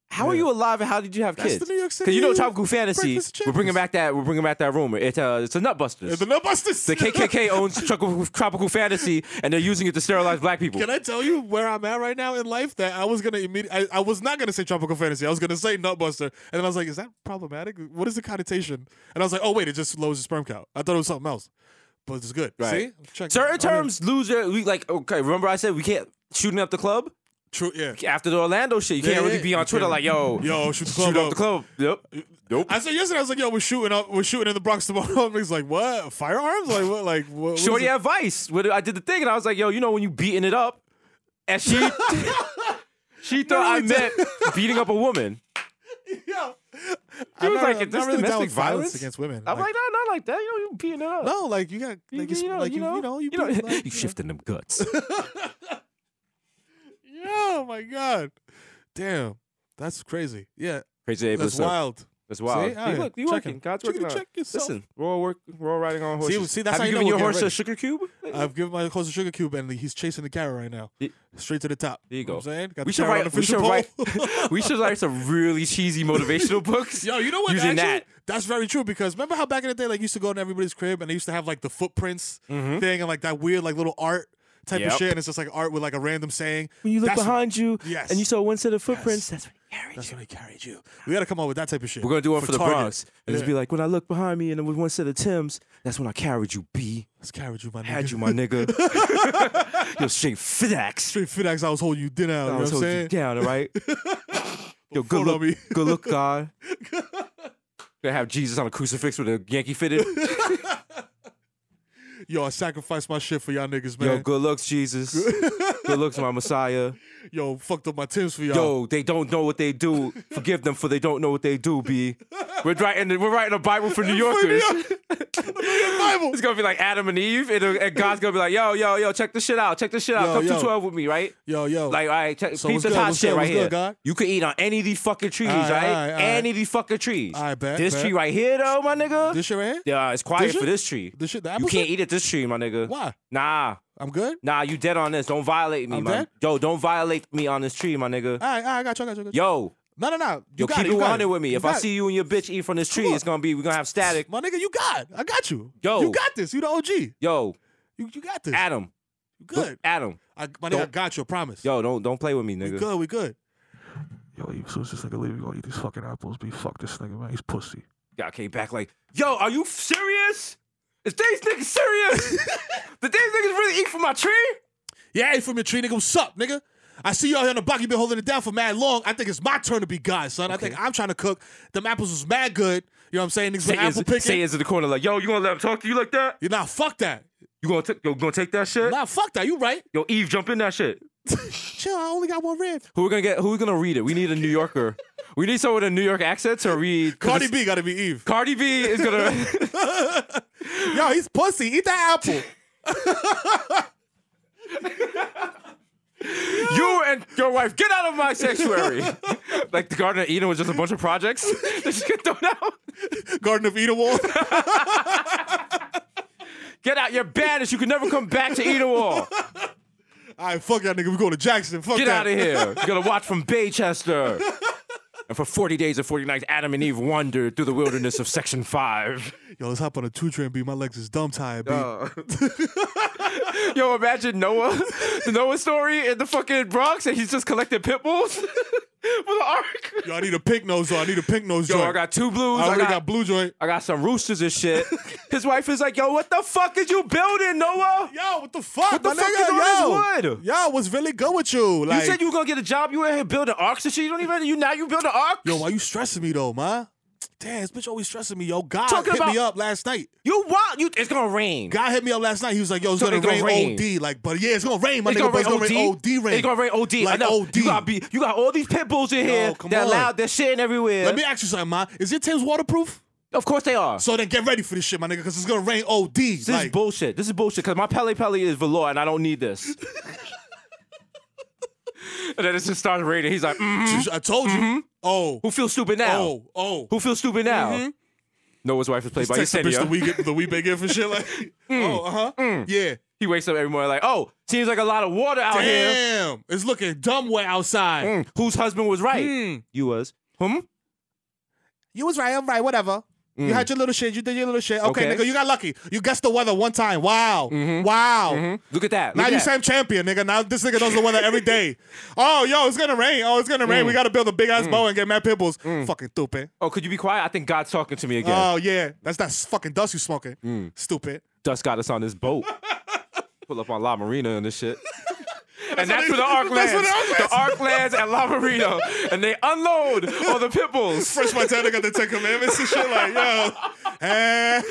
How are
Yeah.
you alive and how did you have
That's
kids?
the New York
you know
City
Tropical Fantasy.
breakfast
We're bringing
champions.
back that. We're bringing back that rumor. It's uh, it's a nutbusters.
The Nutbusters.
The KKK owns Tropical, Tropical Fantasy, and they're using it to sterilize black people.
Can I tell you where I'm at right now in life? That I was gonna immediately, I, I was not gonna say tropical fantasy. I was gonna say Nutbuster, and then I was like, "Is that problematic? What is the connotation?" And I was like, "Oh wait, it just lowers the sperm count." I thought it was something else, but it's good.
Right.
See, Check-
Certain
I don't-
terms lose their we like. Okay, remember I said we can't shooting up the club
True. Yeah.
after the Orlando shit. You
Yeah,
can't
yeah,
really be
you
on Twitter
can't.
like, yo,
Yo, shoot the club.
shoot up
up.
the club. Yep. Nope.
I said yesterday, I was like, "Yo, we're shooting up. We're shooting in the Bronx tomorrow." And he's like, "What? Firearms? Like what? Like what? what
Shorty
is it?"
had Vice. What- I did the thing, and I was like, yo, you know when you beating it up, and she she thought I
Not really
meant beating up a woman.
Yeah.
She
I'm
was
not-
like,
I'm
is this
not really down
domestic
with violence
violence
against women.
I'm like, no, not like that. You know, you beating it up.
no, like you got, like it's- like you, you know, you, beat, like,
you shifting them guts.
Oh my god. Damn. That's crazy. Yeah.
Crazy uh, Abel.
that's
so-
wild.
That's wild.
See? All right.
You look, you
Check
working.
it.
God's
Check it,
working on.
check
it.
yourself.
Listen, we're all work, we're all riding on horses.
see, that's
Have
how
you
you know
given your
we're
horse
getting
a sugar cube?
I've given my horse a sugar cube and he's chasing the carrot right now.
Ye-
Straight to the top.
There you
Know
go.
what I'm saying? Got
we
the
should
carrot on
write.
the
We should write.
fishing pole.
we should write some really cheesy motivational books.
Yo, you know what?
Using
actually?
that.
That's very true because remember how back in the day, like, you used to go in everybody's crib and they used to have, like, the footprints thing and, like, that weird, like, little art type
Mm-hmm. Yep.
of shit. And it's just, like, art with, like, a random saying.
When you look
That's-
behind you,
Yes.
and you saw one set of footprints, that's what carried
That's
you.
when they carried you. We got to come up with that type of shit.
We're gonna do one for, the
Target.
Bronx, and just
Yeah.
be like, when I look behind me, and there was one set of Tims, that's when I carried you. B
Let's carry you, my nigga.
had you, my nigga. Yo, straight fidax.
Straight FedEx, I was holding you down.
I
you know
was
what I'm
holding you
saying?
down, all right. Yo, good
Photo
look,
me.
good look, God. Gonna have Jesus on a crucifix with a Yankee fitted.
Yo, I sacrificed my shit for y'all niggas, man.
Yo, good looks, Jesus. good looks, my Messiah.
Yo, fucked up my Tim's for y'all.
Yo, they don't know what they do. Forgive them for they don't know what they do, B. We're writing, we're writing a Bible for New Yorkers.
Bible.
It's gonna be like Adam and Eve, and, uh, and God's gonna be like, yo, yo, yo, check this shit out, check this shit out.
Yo,
Come
yo.
to twelve with me, right?
Yo, yo.
Like, all right, check,
So
peep
what's
this
good,
hot
what's
shit
good,
right
what's good,
here.
God?
You could eat on any of these fucking trees,
Aight,
right?
aight, aight.
Any of these fucking trees.
I bet,
This
bet.
tree right here, though, my nigga.
this shit right here?
yeah, it's quiet
This
for
shit?
this tree.
This shit, the
you
apple
can't
shit?
eat at this tree, my nigga.
Why?
Nah,
I'm good.
Nah, you dead on this. Don't violate me,
I'm
man.
dead?
Yo, don't violate me on this tree, my nigga.
All right, all right, I got you. I got you. I got you.
Yo,
No, no, no. You
yo,
got
keep
it, you got
100 with me.
You
If I
got it.
see you and your bitch eat from this tree,
Come
it's gonna be we're gonna have static.
my nigga, you got. it. I got you.
Yo.
you got this. You the OG. You
Yo,
you got this.
Adam,
You good.
Adam,
I, my nigga, I
don't-
got you. I promise.
yo, don't don't play with me,
we
nigga.
good. We good.
Yo, you soon as this nigga leave, you gonna eat these fucking apples. Be fuck this nigga, man. He's pussy.
Y'all came back like, yo, are you serious? Is these niggas serious? Did these niggas really eat from my tree?
Yeah, ain't from your tree, nigga. What's up, nigga? I see you out here on the block. you been holding it down for mad long. I think it's my turn to be God, son. I think I'm trying to cook. Them apples was mad good. You know what I'm saying? Niggas been
Say is,
apple picking.
say is in the corner like, yo, you gonna let him talk to you like that?
You're not fuck that.
You gonna take yo, gonna take that shit?
Nah, fuck that. You right.
Yo, Eve, jump in that shit.
Chill, I only got one rib.
Who we gonna get? Who we gonna read it? We need a New Yorker. we need someone with a New York accent to read. 'cause
Cardi
it's-
B gotta be Eve.
Cardi B is gonna.
Yo, he's pussy. Eat that apple.
you and your wife get out of my sanctuary. like the Garden of Eden was just a bunch of projects that just get thrown out.
Garden of Eden wall.
Get out, you're banished. You can never come back to Eden Wall.
All right, fuck that nigga. We go to Jackson. Fuck
Get
that.
out of here. You're gonna watch from Baychester. And for 40 days and 40 nights, Adam and Eve wandered through the wilderness of Section 5.
Yo, let's hop on a two train B. My legs is dumb tired, B.
Yo, imagine Noah, the Noah story in the fucking Bronx, and he's just collecting pit bulls for the ark.
Yo, I need a pink nose, though. I need a pink nose
Yo,
joint.
I got two blues.
I
I,
already
got,
got, blue joint.
I got some roosters and shit. His wife is like, "Yo, what the fuck is you building, Noah?
Yo, what the fuck?
What the
my
fuck
nigga?
is all this
Yo.
wood?
Yo, what's really good with you?
You
Like,
said you were gonna get a job. You in here building arcs and shit. You don't even you now you build an arc.
Yo, why you stressing me though, man? Damn, this bitch always stressing me. Yo, God
Talking
hit me
about-
up last night.
you want you? It's gonna rain.
God hit me up last night. He was like, "Yo, it's
So
gonna,
it's gonna
rain,
rain.
OD." Like, but yeah, it's gonna rain, my
It's
nigga.
gonna
But
rain
it's gonna rain
OD.
OD rain.
It's gonna rain OD. I
Like
know.
OD.
You gotta be. You got all these pit bulls in here.
come
They're
on.
loud. They're shitting everywhere.
Let me ask you something, man. Is your Tim's waterproof?
of course they are.
So then get ready for this shit, my nigga, because it's gonna rain OD.
This is
like,
bullshit. This is bullshit because my Pele Pele is velour and I don't need this. and then it just starts raining. He's like, mm,
I told you. Oh,
who feels stupid now?
oh, oh.
Who feels stupid now? Noah's wife is played by
Text the bitch the
Yesenia.
wee the wee big in for shit. Like,
Mm.
oh, uh huh, yeah.
He wakes up every morning like, oh, seems like a lot of water out here.
Damn, it's looking dumb way outside.
Mm, Whose husband was right? You was. Hmm?
You was right. I'm right. Whatever. You had your little shit. You did your little shit. Okay,
Mm. Okay.
nigga, you got lucky. You guessed the weather one time. Wow. Wow.
Look at that. Mm-hmm. Look
Now
at
you
that.
same champion, nigga. Now this nigga knows the weather every day. Oh, yo, it's gonna rain. Oh, it's gonna rain.
Mm.
We gotta build a big ass bow and get mad pitbulls. Fucking stupid.
oh, could you be quiet? I think God's talking to me again.
Oh yeah, that's that s- fucking dust you smoking. Stupid.
Dust got us on this boat. Pull up on La Marina and this shit. And that's where the arc
That's
lands.
where the
The arc lands at La Marina, and they unload all the pit bulls.
Fresh Montana got the Ten Commandments and shit. Like yo, eh.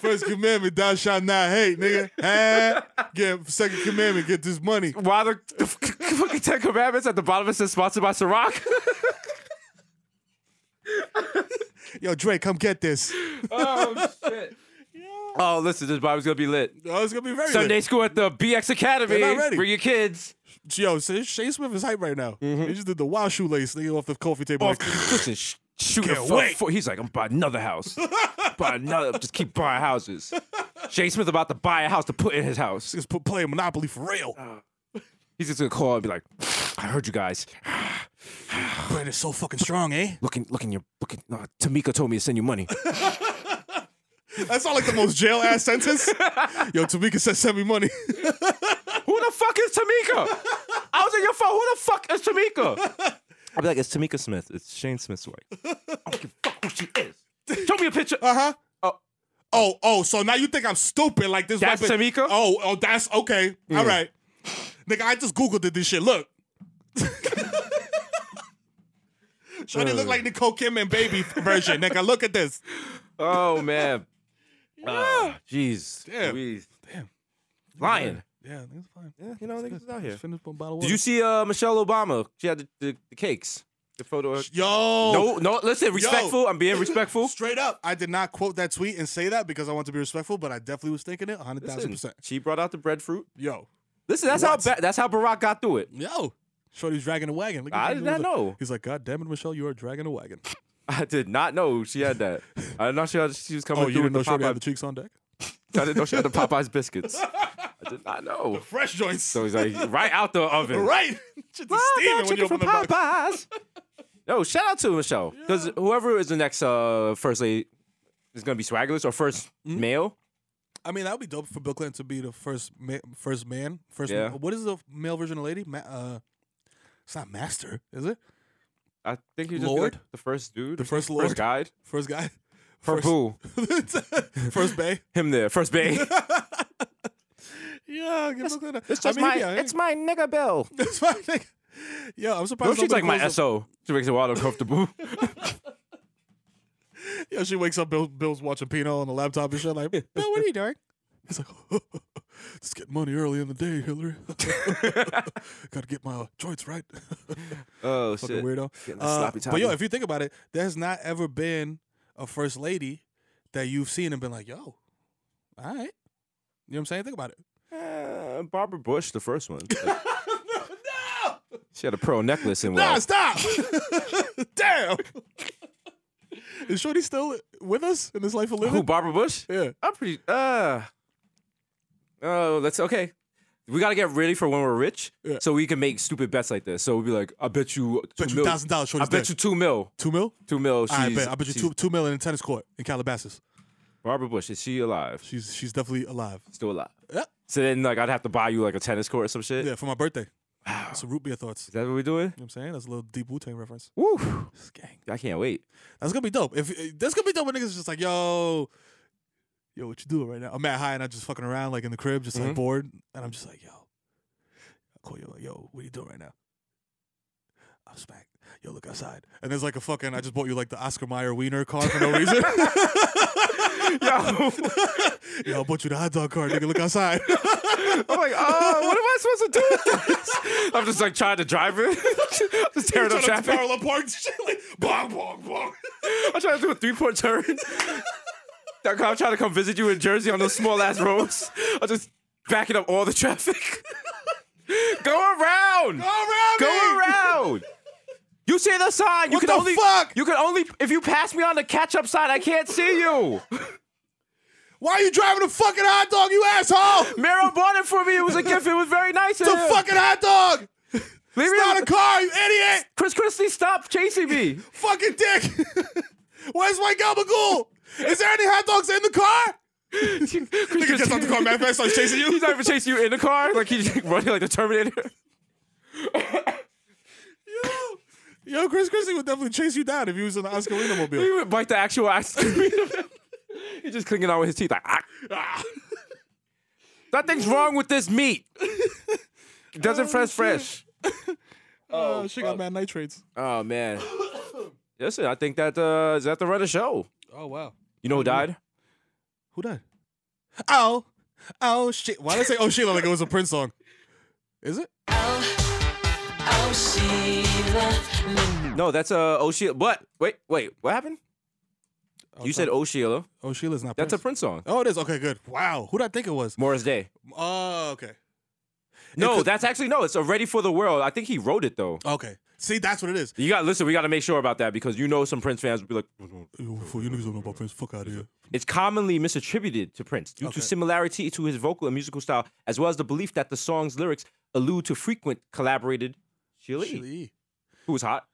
First commandment, thou shalt not hate, nigga. Eh. Get second commandment, get this money.
While the, the fucking Ten Commandments at the bottom it says sponsored by Ciroc.
Yo, Drake, come get this.
oh shit. Oh, listen, this Bible's gonna be lit.
Oh, it's gonna be very lit.
Sunday school at the BX Academy.
They're not ready.
Bring your kids.
Yo, Shay Shay Smith is hype right now. He just did the wild shoelace nigga off the coffee table.
Oh,
Like,
listen, sh- shoot
Can't
a
wait.
four. He's like, I'm buying another house. buy another. Just keep buying houses. Jay Smith about to buy a house to put in his house.
just put playing Monopoly for real.
He's just gonna call and be like, I heard you guys.
Brand is so fucking strong, eh?
Looking, looking, your looking. Uh, Tamika told me to send you money.
That's not like the most jail ass sentence. Yo, Tamika said send me money.
Who the fuck is Tamika? I was in your phone. Who the fuck is Tamika? I'd be like, it's Tamika Smith. It's Shane Smith's wife. I don't give a fuck who she is. Show me a picture.
Uh-huh.
Oh.
Oh, oh, so now you think I'm stupid like this.
That's
weapon-
Tamika?
Oh, oh, that's okay. All right. Nigga, I just Googled it, this shit. Look. Shorty look like Nicole Kim and baby version. Nigga, look at this.
Oh man. Oh, Jeez.
Damn.
Louise. Lion.
Yeah, nigga's fine.
Yeah, you know, niggas out here.
Finish one bottle of
Did you see uh, Michelle Obama? She had the, the, the cakes. The photo. of-
Yo.
No, no. Listen, respectful. I'm being respectful.
Straight up, I did not quote that tweet and say that because I want to be respectful, but I definitely was thinking it 100,000%.
Listen, she brought out the breadfruit.
Yo.
Listen, that's
What?
how ba- that's how Barack got through it.
Yo. Shorty's dragging a wagon. Look at
I
him. He
did not
was like-
know.
He's like, God damn it, Michelle, you are dragging a wagon.
I did not know she had that. I did not know she, had, she was coming
oh,
through
you didn't
with
know
the
Shorty had
pop
the cheeks on deck?
I didn't know she had the Popeyes biscuits. I did not know.
Fresh joints.
So he's like, right out the oven.
Right. Shit is steaming when you open the box.
Popeyes. No, shout out to Michelle because whoever is the next uh, first lady is gonna be swaggerless or 1st
Hmm?
male.
I mean, that would be dope for Bill Clinton to be the first ma- first man. First,
Yeah.
what is the male version of lady? Ma- uh, it's not master, is it?
I think he was just be,
Lord?
like, the first dude,
The first
first
lord?
guide,
First guy.
her
First-
boo,
first bay.
him there, first bay.
Yeah, give Bill Clinton.
It's just my,
yeah,
it's my nigga bill.
That's my thing. Yo, I'm surprised.
What if she's like
nobody
my
calls
SO? She makes it wild uncomfortable.
him- Yo, she wakes up. Bill, Bill's watching Pino on the laptop and shit. Like, Bill, what are you doing? He's like, just get money early in the day, Hillary. Got to get my joints right.
oh
Fucking
shit!
weirdo.
Getting the
Uh,
sloppy
but yo,
toppy.
if you think about it, there's not ever been a first lady that you've seen and been like, yo, all right. You know what I'm saying? Think about it.
Uh, Barbara Bush, the first one. She had a pearl necklace and
Nah,
well,
stop. Damn. Is Shorty still with us in this life of
who
living?
Barbara Bush?
Yeah.
I'm pretty. Uh, oh, that's okay. We gotta get ready for when we're rich,
Yeah.
so we can make stupid bets like this. So we'll be like, I bet you, two
Bet you
mil-
$1,000
I
Shorty's
bet
dead.
you two mil,
Two mil?
two mil. She's,
I bet. I bet you
she's-
two two mil in a tennis court in Calabasas.
Barbara Bush is she alive?
She's she's definitely alive.
Still alive.
Yeah.
So then, like, I'd have to buy you like a tennis court or some shit.
Yeah, for my birthday. Wow. Some root beer thoughts.
Is that what we're
You
doing?
know what I'm saying? That's a little deep Wu Tang reference.
Woo!
This is gang.
I can't wait.
That's gonna be dope. If eh, that's gonna be dope when niggas just like, yo, yo, what you doing right now? I'm at high and I'm just fucking around like in the crib, just
Mm-hmm.
like bored, and I'm just like, yo, I call you like, yo, what are you doing right now? I'm smacked. Yo, look outside, and there's like a fucking. I just bought you like the Oscar Mayer wiener card for no reason.
Yo,
yo, I bought you the hot dog card, nigga. Look outside.
I'm like, oh, what am I supposed to do with this? I'm just like trying to drive it. just tearing
Trying
up
to
traffic.
parallel park shit like bong bong bong.
I'm trying to do a three point turn. I'm trying to come visit you in Jersey on those small ass roads. I'm just backing up all the traffic. Go around.
around
Go
me.
Go around. You see the sign. You
What
can
the
only
fuck?
you can only if you pass me on the catch up sign. I can't see you.
Why are you driving a fucking hot dog, you asshole?
Miro bought it for me. It was a gift. It was very nice.
It's a fucking hot dog.
Leave
It's
me
not a
alone.
car, you idiot.
Chris Christie, stop chasing me.
Fucking dick. Where's my gabagool? Is there any hot dogs in the car? Nigga gets out the car, man, fast starts chasing you.
He's not even chasing you in the car. Like he's running like the Terminator.
Yo, Chris Christie would definitely chase you down if he was in the Oscar Wiener
He
mobile.
would bite the actual ice cream. He's just clinging on with his teeth like, ah, ah. Nothing's wrong with this meat. It doesn't fresh fresh.
Oh, she got mad nitrates.
Oh man. Listen, I think that uh is that the run of show.
Oh wow.
You know who died?
Mm-hmm. Who died? Oh, oh shit. Why did I say oh Sheila like it was a Prince song? Is it?
No, that's uh O'Sheila. What? Wait, wait, what happened? you said O'Sheila.
Oh Sheila's not.
That's a
Prince.
Prince song.
Oh, it is. Okay, good. Wow. Who did I think it was?
Morris Day.
Oh, okay.
No,
could-
that's actually no, it's a Ready for the World. I think he wrote it though.
Okay. See, that's what it is.
You gotta listen, we gotta make sure about that because you know some Prince fans would be like,
Yo, fool, you niggas don't know about Prince. Fuck out of here.
It's commonly misattributed to Prince due
Okay.
to similarity to his vocal and musical style, as well as the belief that the song's lyrics allude to frequent collaborated Sheila, E,
Sheila E.
who was hot.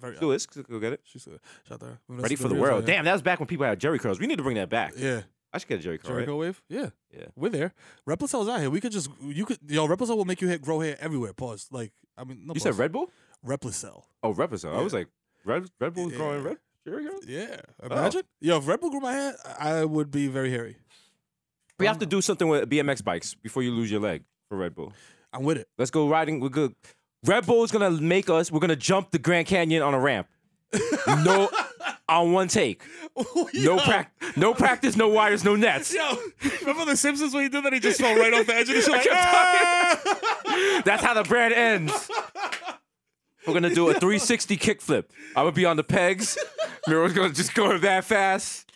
Very
Still is. Go get it.
She's good. Shout out.
Ready for the world. Damn, that was back when people had Jerry curls. We need to bring that back.
Yeah.
I should get a Jerry curl.
Jericho
Right?
wave. Yeah.
Yeah.
We're there. Replicell's out here. We could just you could yo Replicell will make you hair, grow hair everywhere. Pause. Like I mean, no
You said
pause.
Red Bull?
Replicell.
Oh, Repsol. I was like, Red, Red Bull's growing
Yeah.
red Jerry curls.
Yeah. Imagine yo if Red Bull grew my hair, I I would be very hairy.
We have to do something with BMX bikes before you lose your leg for Red Bull.
I'm with it.
Let's go riding. We're good. Red Bull's gonna make us. We're gonna jump the Grand Canyon on a ramp. No, on one take. No practice. No practice. No wires. No nets.
Yo, remember the Simpsons when he did that? He just fell right off the edge of the show. Like, "Ah!"
That's how the brand ends. We're gonna do a 360 kickflip. I'm gonna be on the pegs. Miro's gonna just go that fast.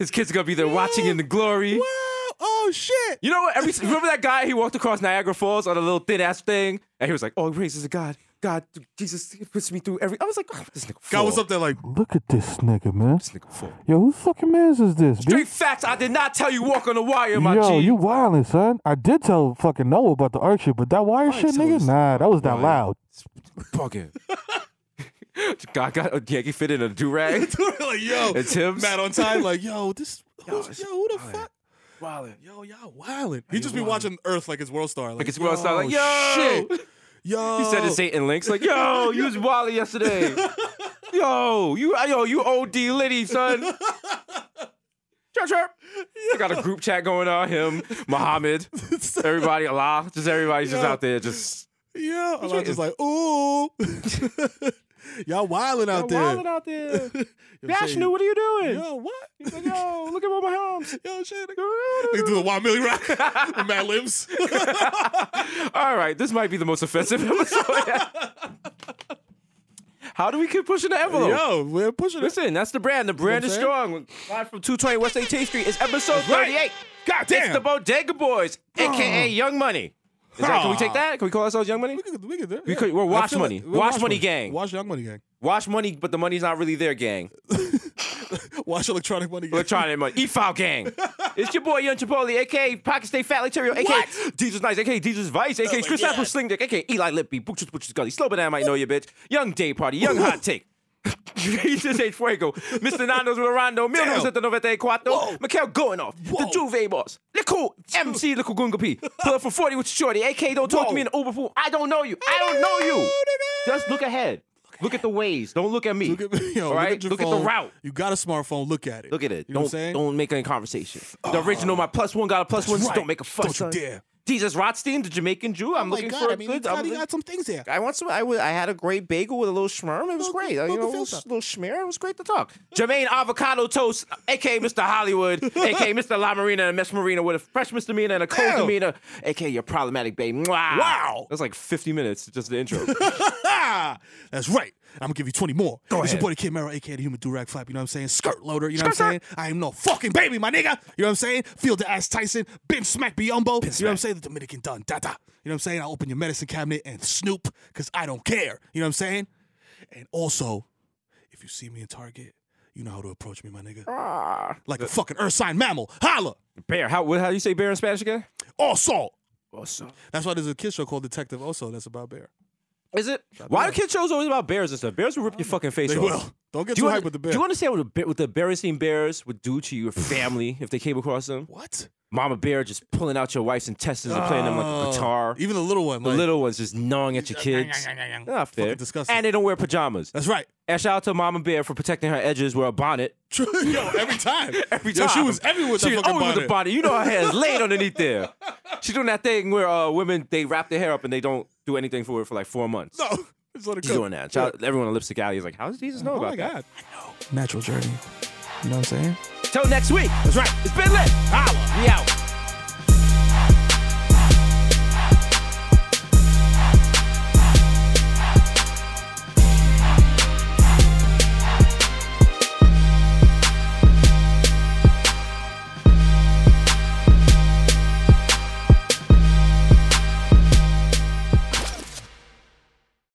His kids are gonna be there watching in the glory.
"Ah!" oh shit.
You know what? Every remember that guy? He walked across Niagara Falls on a little thin ass thing, and he was like, "Oh, praise is a God,
God, Jesus puts me through every. I was like, oh, this nigga.
Guy
Full.
was up there like,
Look at this nigga, man.
This nigga full.
Yo, who fucking man's is this? B?
Straight facts. I did not tell you walk on the wire, my
Yo,
G.
you wildin', son. I did tell fucking Noah about the arc shit, but that wire shit,
tell
nigga,
us
nah, that was not
wire.
loud.
Fucking. God got a yeah, he fit in a do rag.
like, yo,
It's him.
Matt on time, like, yo, this, who's,
it's
yo, who the
wildin'.
fuck?
Wildin'.
Yo, y'all wildin'. He just be watching Earth like it's World Star. Like,
Like it's world star. Like yo,
shit. yo.
He said
Oh.
to Satan Links. Like yo, you was wildin' yesterday. yo, you yo, you OD Liddy son. Chirp, chirp. I got a group chat going on. Him, Muhammad, everybody, Allah, just everybody's just
Yo.
out there, just
Yeah, and I was just like, ooh, y'all wilding out there.
wildin' out there.
You know what I'm
Dash
saying?
knew what are you doing?
Yo, what?
He's like, yo, look at my arms.
Yo, shit. They do the wild Millie rock with Mad Libs.
All right, this might be the most offensive episode. How do we keep pushing the envelope?
Yo, we're pushing it.
Listen, that's the brand. The brand
You
is
know what
strong. Live from 220 West 18th Street. It's episode
right.
38.
God
It's the Bodega Boys, aka Young Money. Is that, can we take that? Can we call ourselves Young Money?
We could, we could, do it,
We
yeah.
could- we're
I
Watch
feel
Money.
we're
Watch Money gang.
Watch Young Money Gang.
Wash money, but the money's not really there, gang.
Watch Electronic Money Gang.
Electronic money. E-file gang. It's your boy Young Chipotle, aka Pocket State Fat Laterio, aka Jesus Nice, aka Jesus Vice,
Oh
aka Chris Apple Sling Dick, aka Eli Lippy, Butchers Butchers Gully, Slow Banana Might Know You Bitch, Young Day Party, Young Hot Take. Jesus H. Fuego, Mr. Nando's with Rondo, Mil
Damn.
994,
Whoa.
Mikael going off, the
Whoa.
Juve Boss, Little MC Little Gunga P, Pull Up for 40 with your Shorty, aka Don't Talk to
Whoa.
Me in the Uber Pool. I don't know you. I don't know you.
nigga.
Just look ahead. Look at the ways. Don't look at me.
Look at, yo,
All
look
right?
at your
Look at,
phone.
the route.
You got a smartphone, look at it.
Look at it.
You know
don't
what I'm saying? Oh.
don't make any conversation. The original, my plus one got a plus one. just
right.
Don't make a fuss.
Don't you
son.
dare.
Jesus Rothstein, the Jamaican Jew. I'm
Oh my
looking
God,
for
I mean, you
good. I'm
got, you
looking-
got some things there.
I want some. I was. I had a great bagel with a little schmirm. It was great. Uh, You know, a
Uncle
little,
Phil's up.
little schmear. It was great to talk. Jermaine Avocado Toast, aka Mr. Hollywood, aka Mr. La Marina and Miss Marina with a fresh misdemeanor and a cold
Damn.
demeanor, aka your problematic babe. Mwah. Wow. That's like 50 minutes, just the intro.
Ah, that's right. I'm gonna give you 20 more. Go it's
ahead.
your boy the Kid Mero, aka the human durag flap, you know what I'm saying? Skirt loader, you know what I'm saying? I am no fucking baby, my nigga. You know what I'm saying? Field the ass Tyson, bench smack Biombo, you know what I'm saying? The Dominican Dun Dada. You know what I'm saying? I open your medicine cabinet and snoop, cause I don't care. You know what I'm saying? And also, if you see me in Target, you know how to approach me, my nigga. Like a fucking earth sign mammal. Holla!
bear. How what- how do you say bear in Spanish again?
Also!
Awesome.
That's why there's a kid show called Detective Also that's about bear.
Is it? Why do kid shows always about bears and stuff? Bears will rip your fucking face
They
off.
will. Don't get
Do
too
you,
hyped
under-
with the
do
bear.
you understand what, a bear, what the embarrassing bears would do to your family if they came across them?
what?
Mama bear just pulling out your wife's intestines and playing them like a
Oh,
guitar.
Even the little one.
the
like,
little ones just gnawing at your kids. Not fair.
Fucking disgusting.
And they don't wear pajamas.
That's right.
And shout out to Mama Bear for protecting her edges with a bonnet.
True. Yo, every time.
Every
Yo,
time.
she was everywhere with
She
that
was
fucking
always
bonnet.
with the bonnet. You know her hair is laid underneath there. She's doing that thing where uh, women, they wrap their hair up and they don't do anything for it for like four months.
No, just let it
She's
go.
doing that. Shout out- everyone in Lipstick Alley is like, how does Jesus know
Oh
about
my
that?
god. Natural journey. You know what I'm saying?
Till next week.
That's right.
It's been lit.
Holla.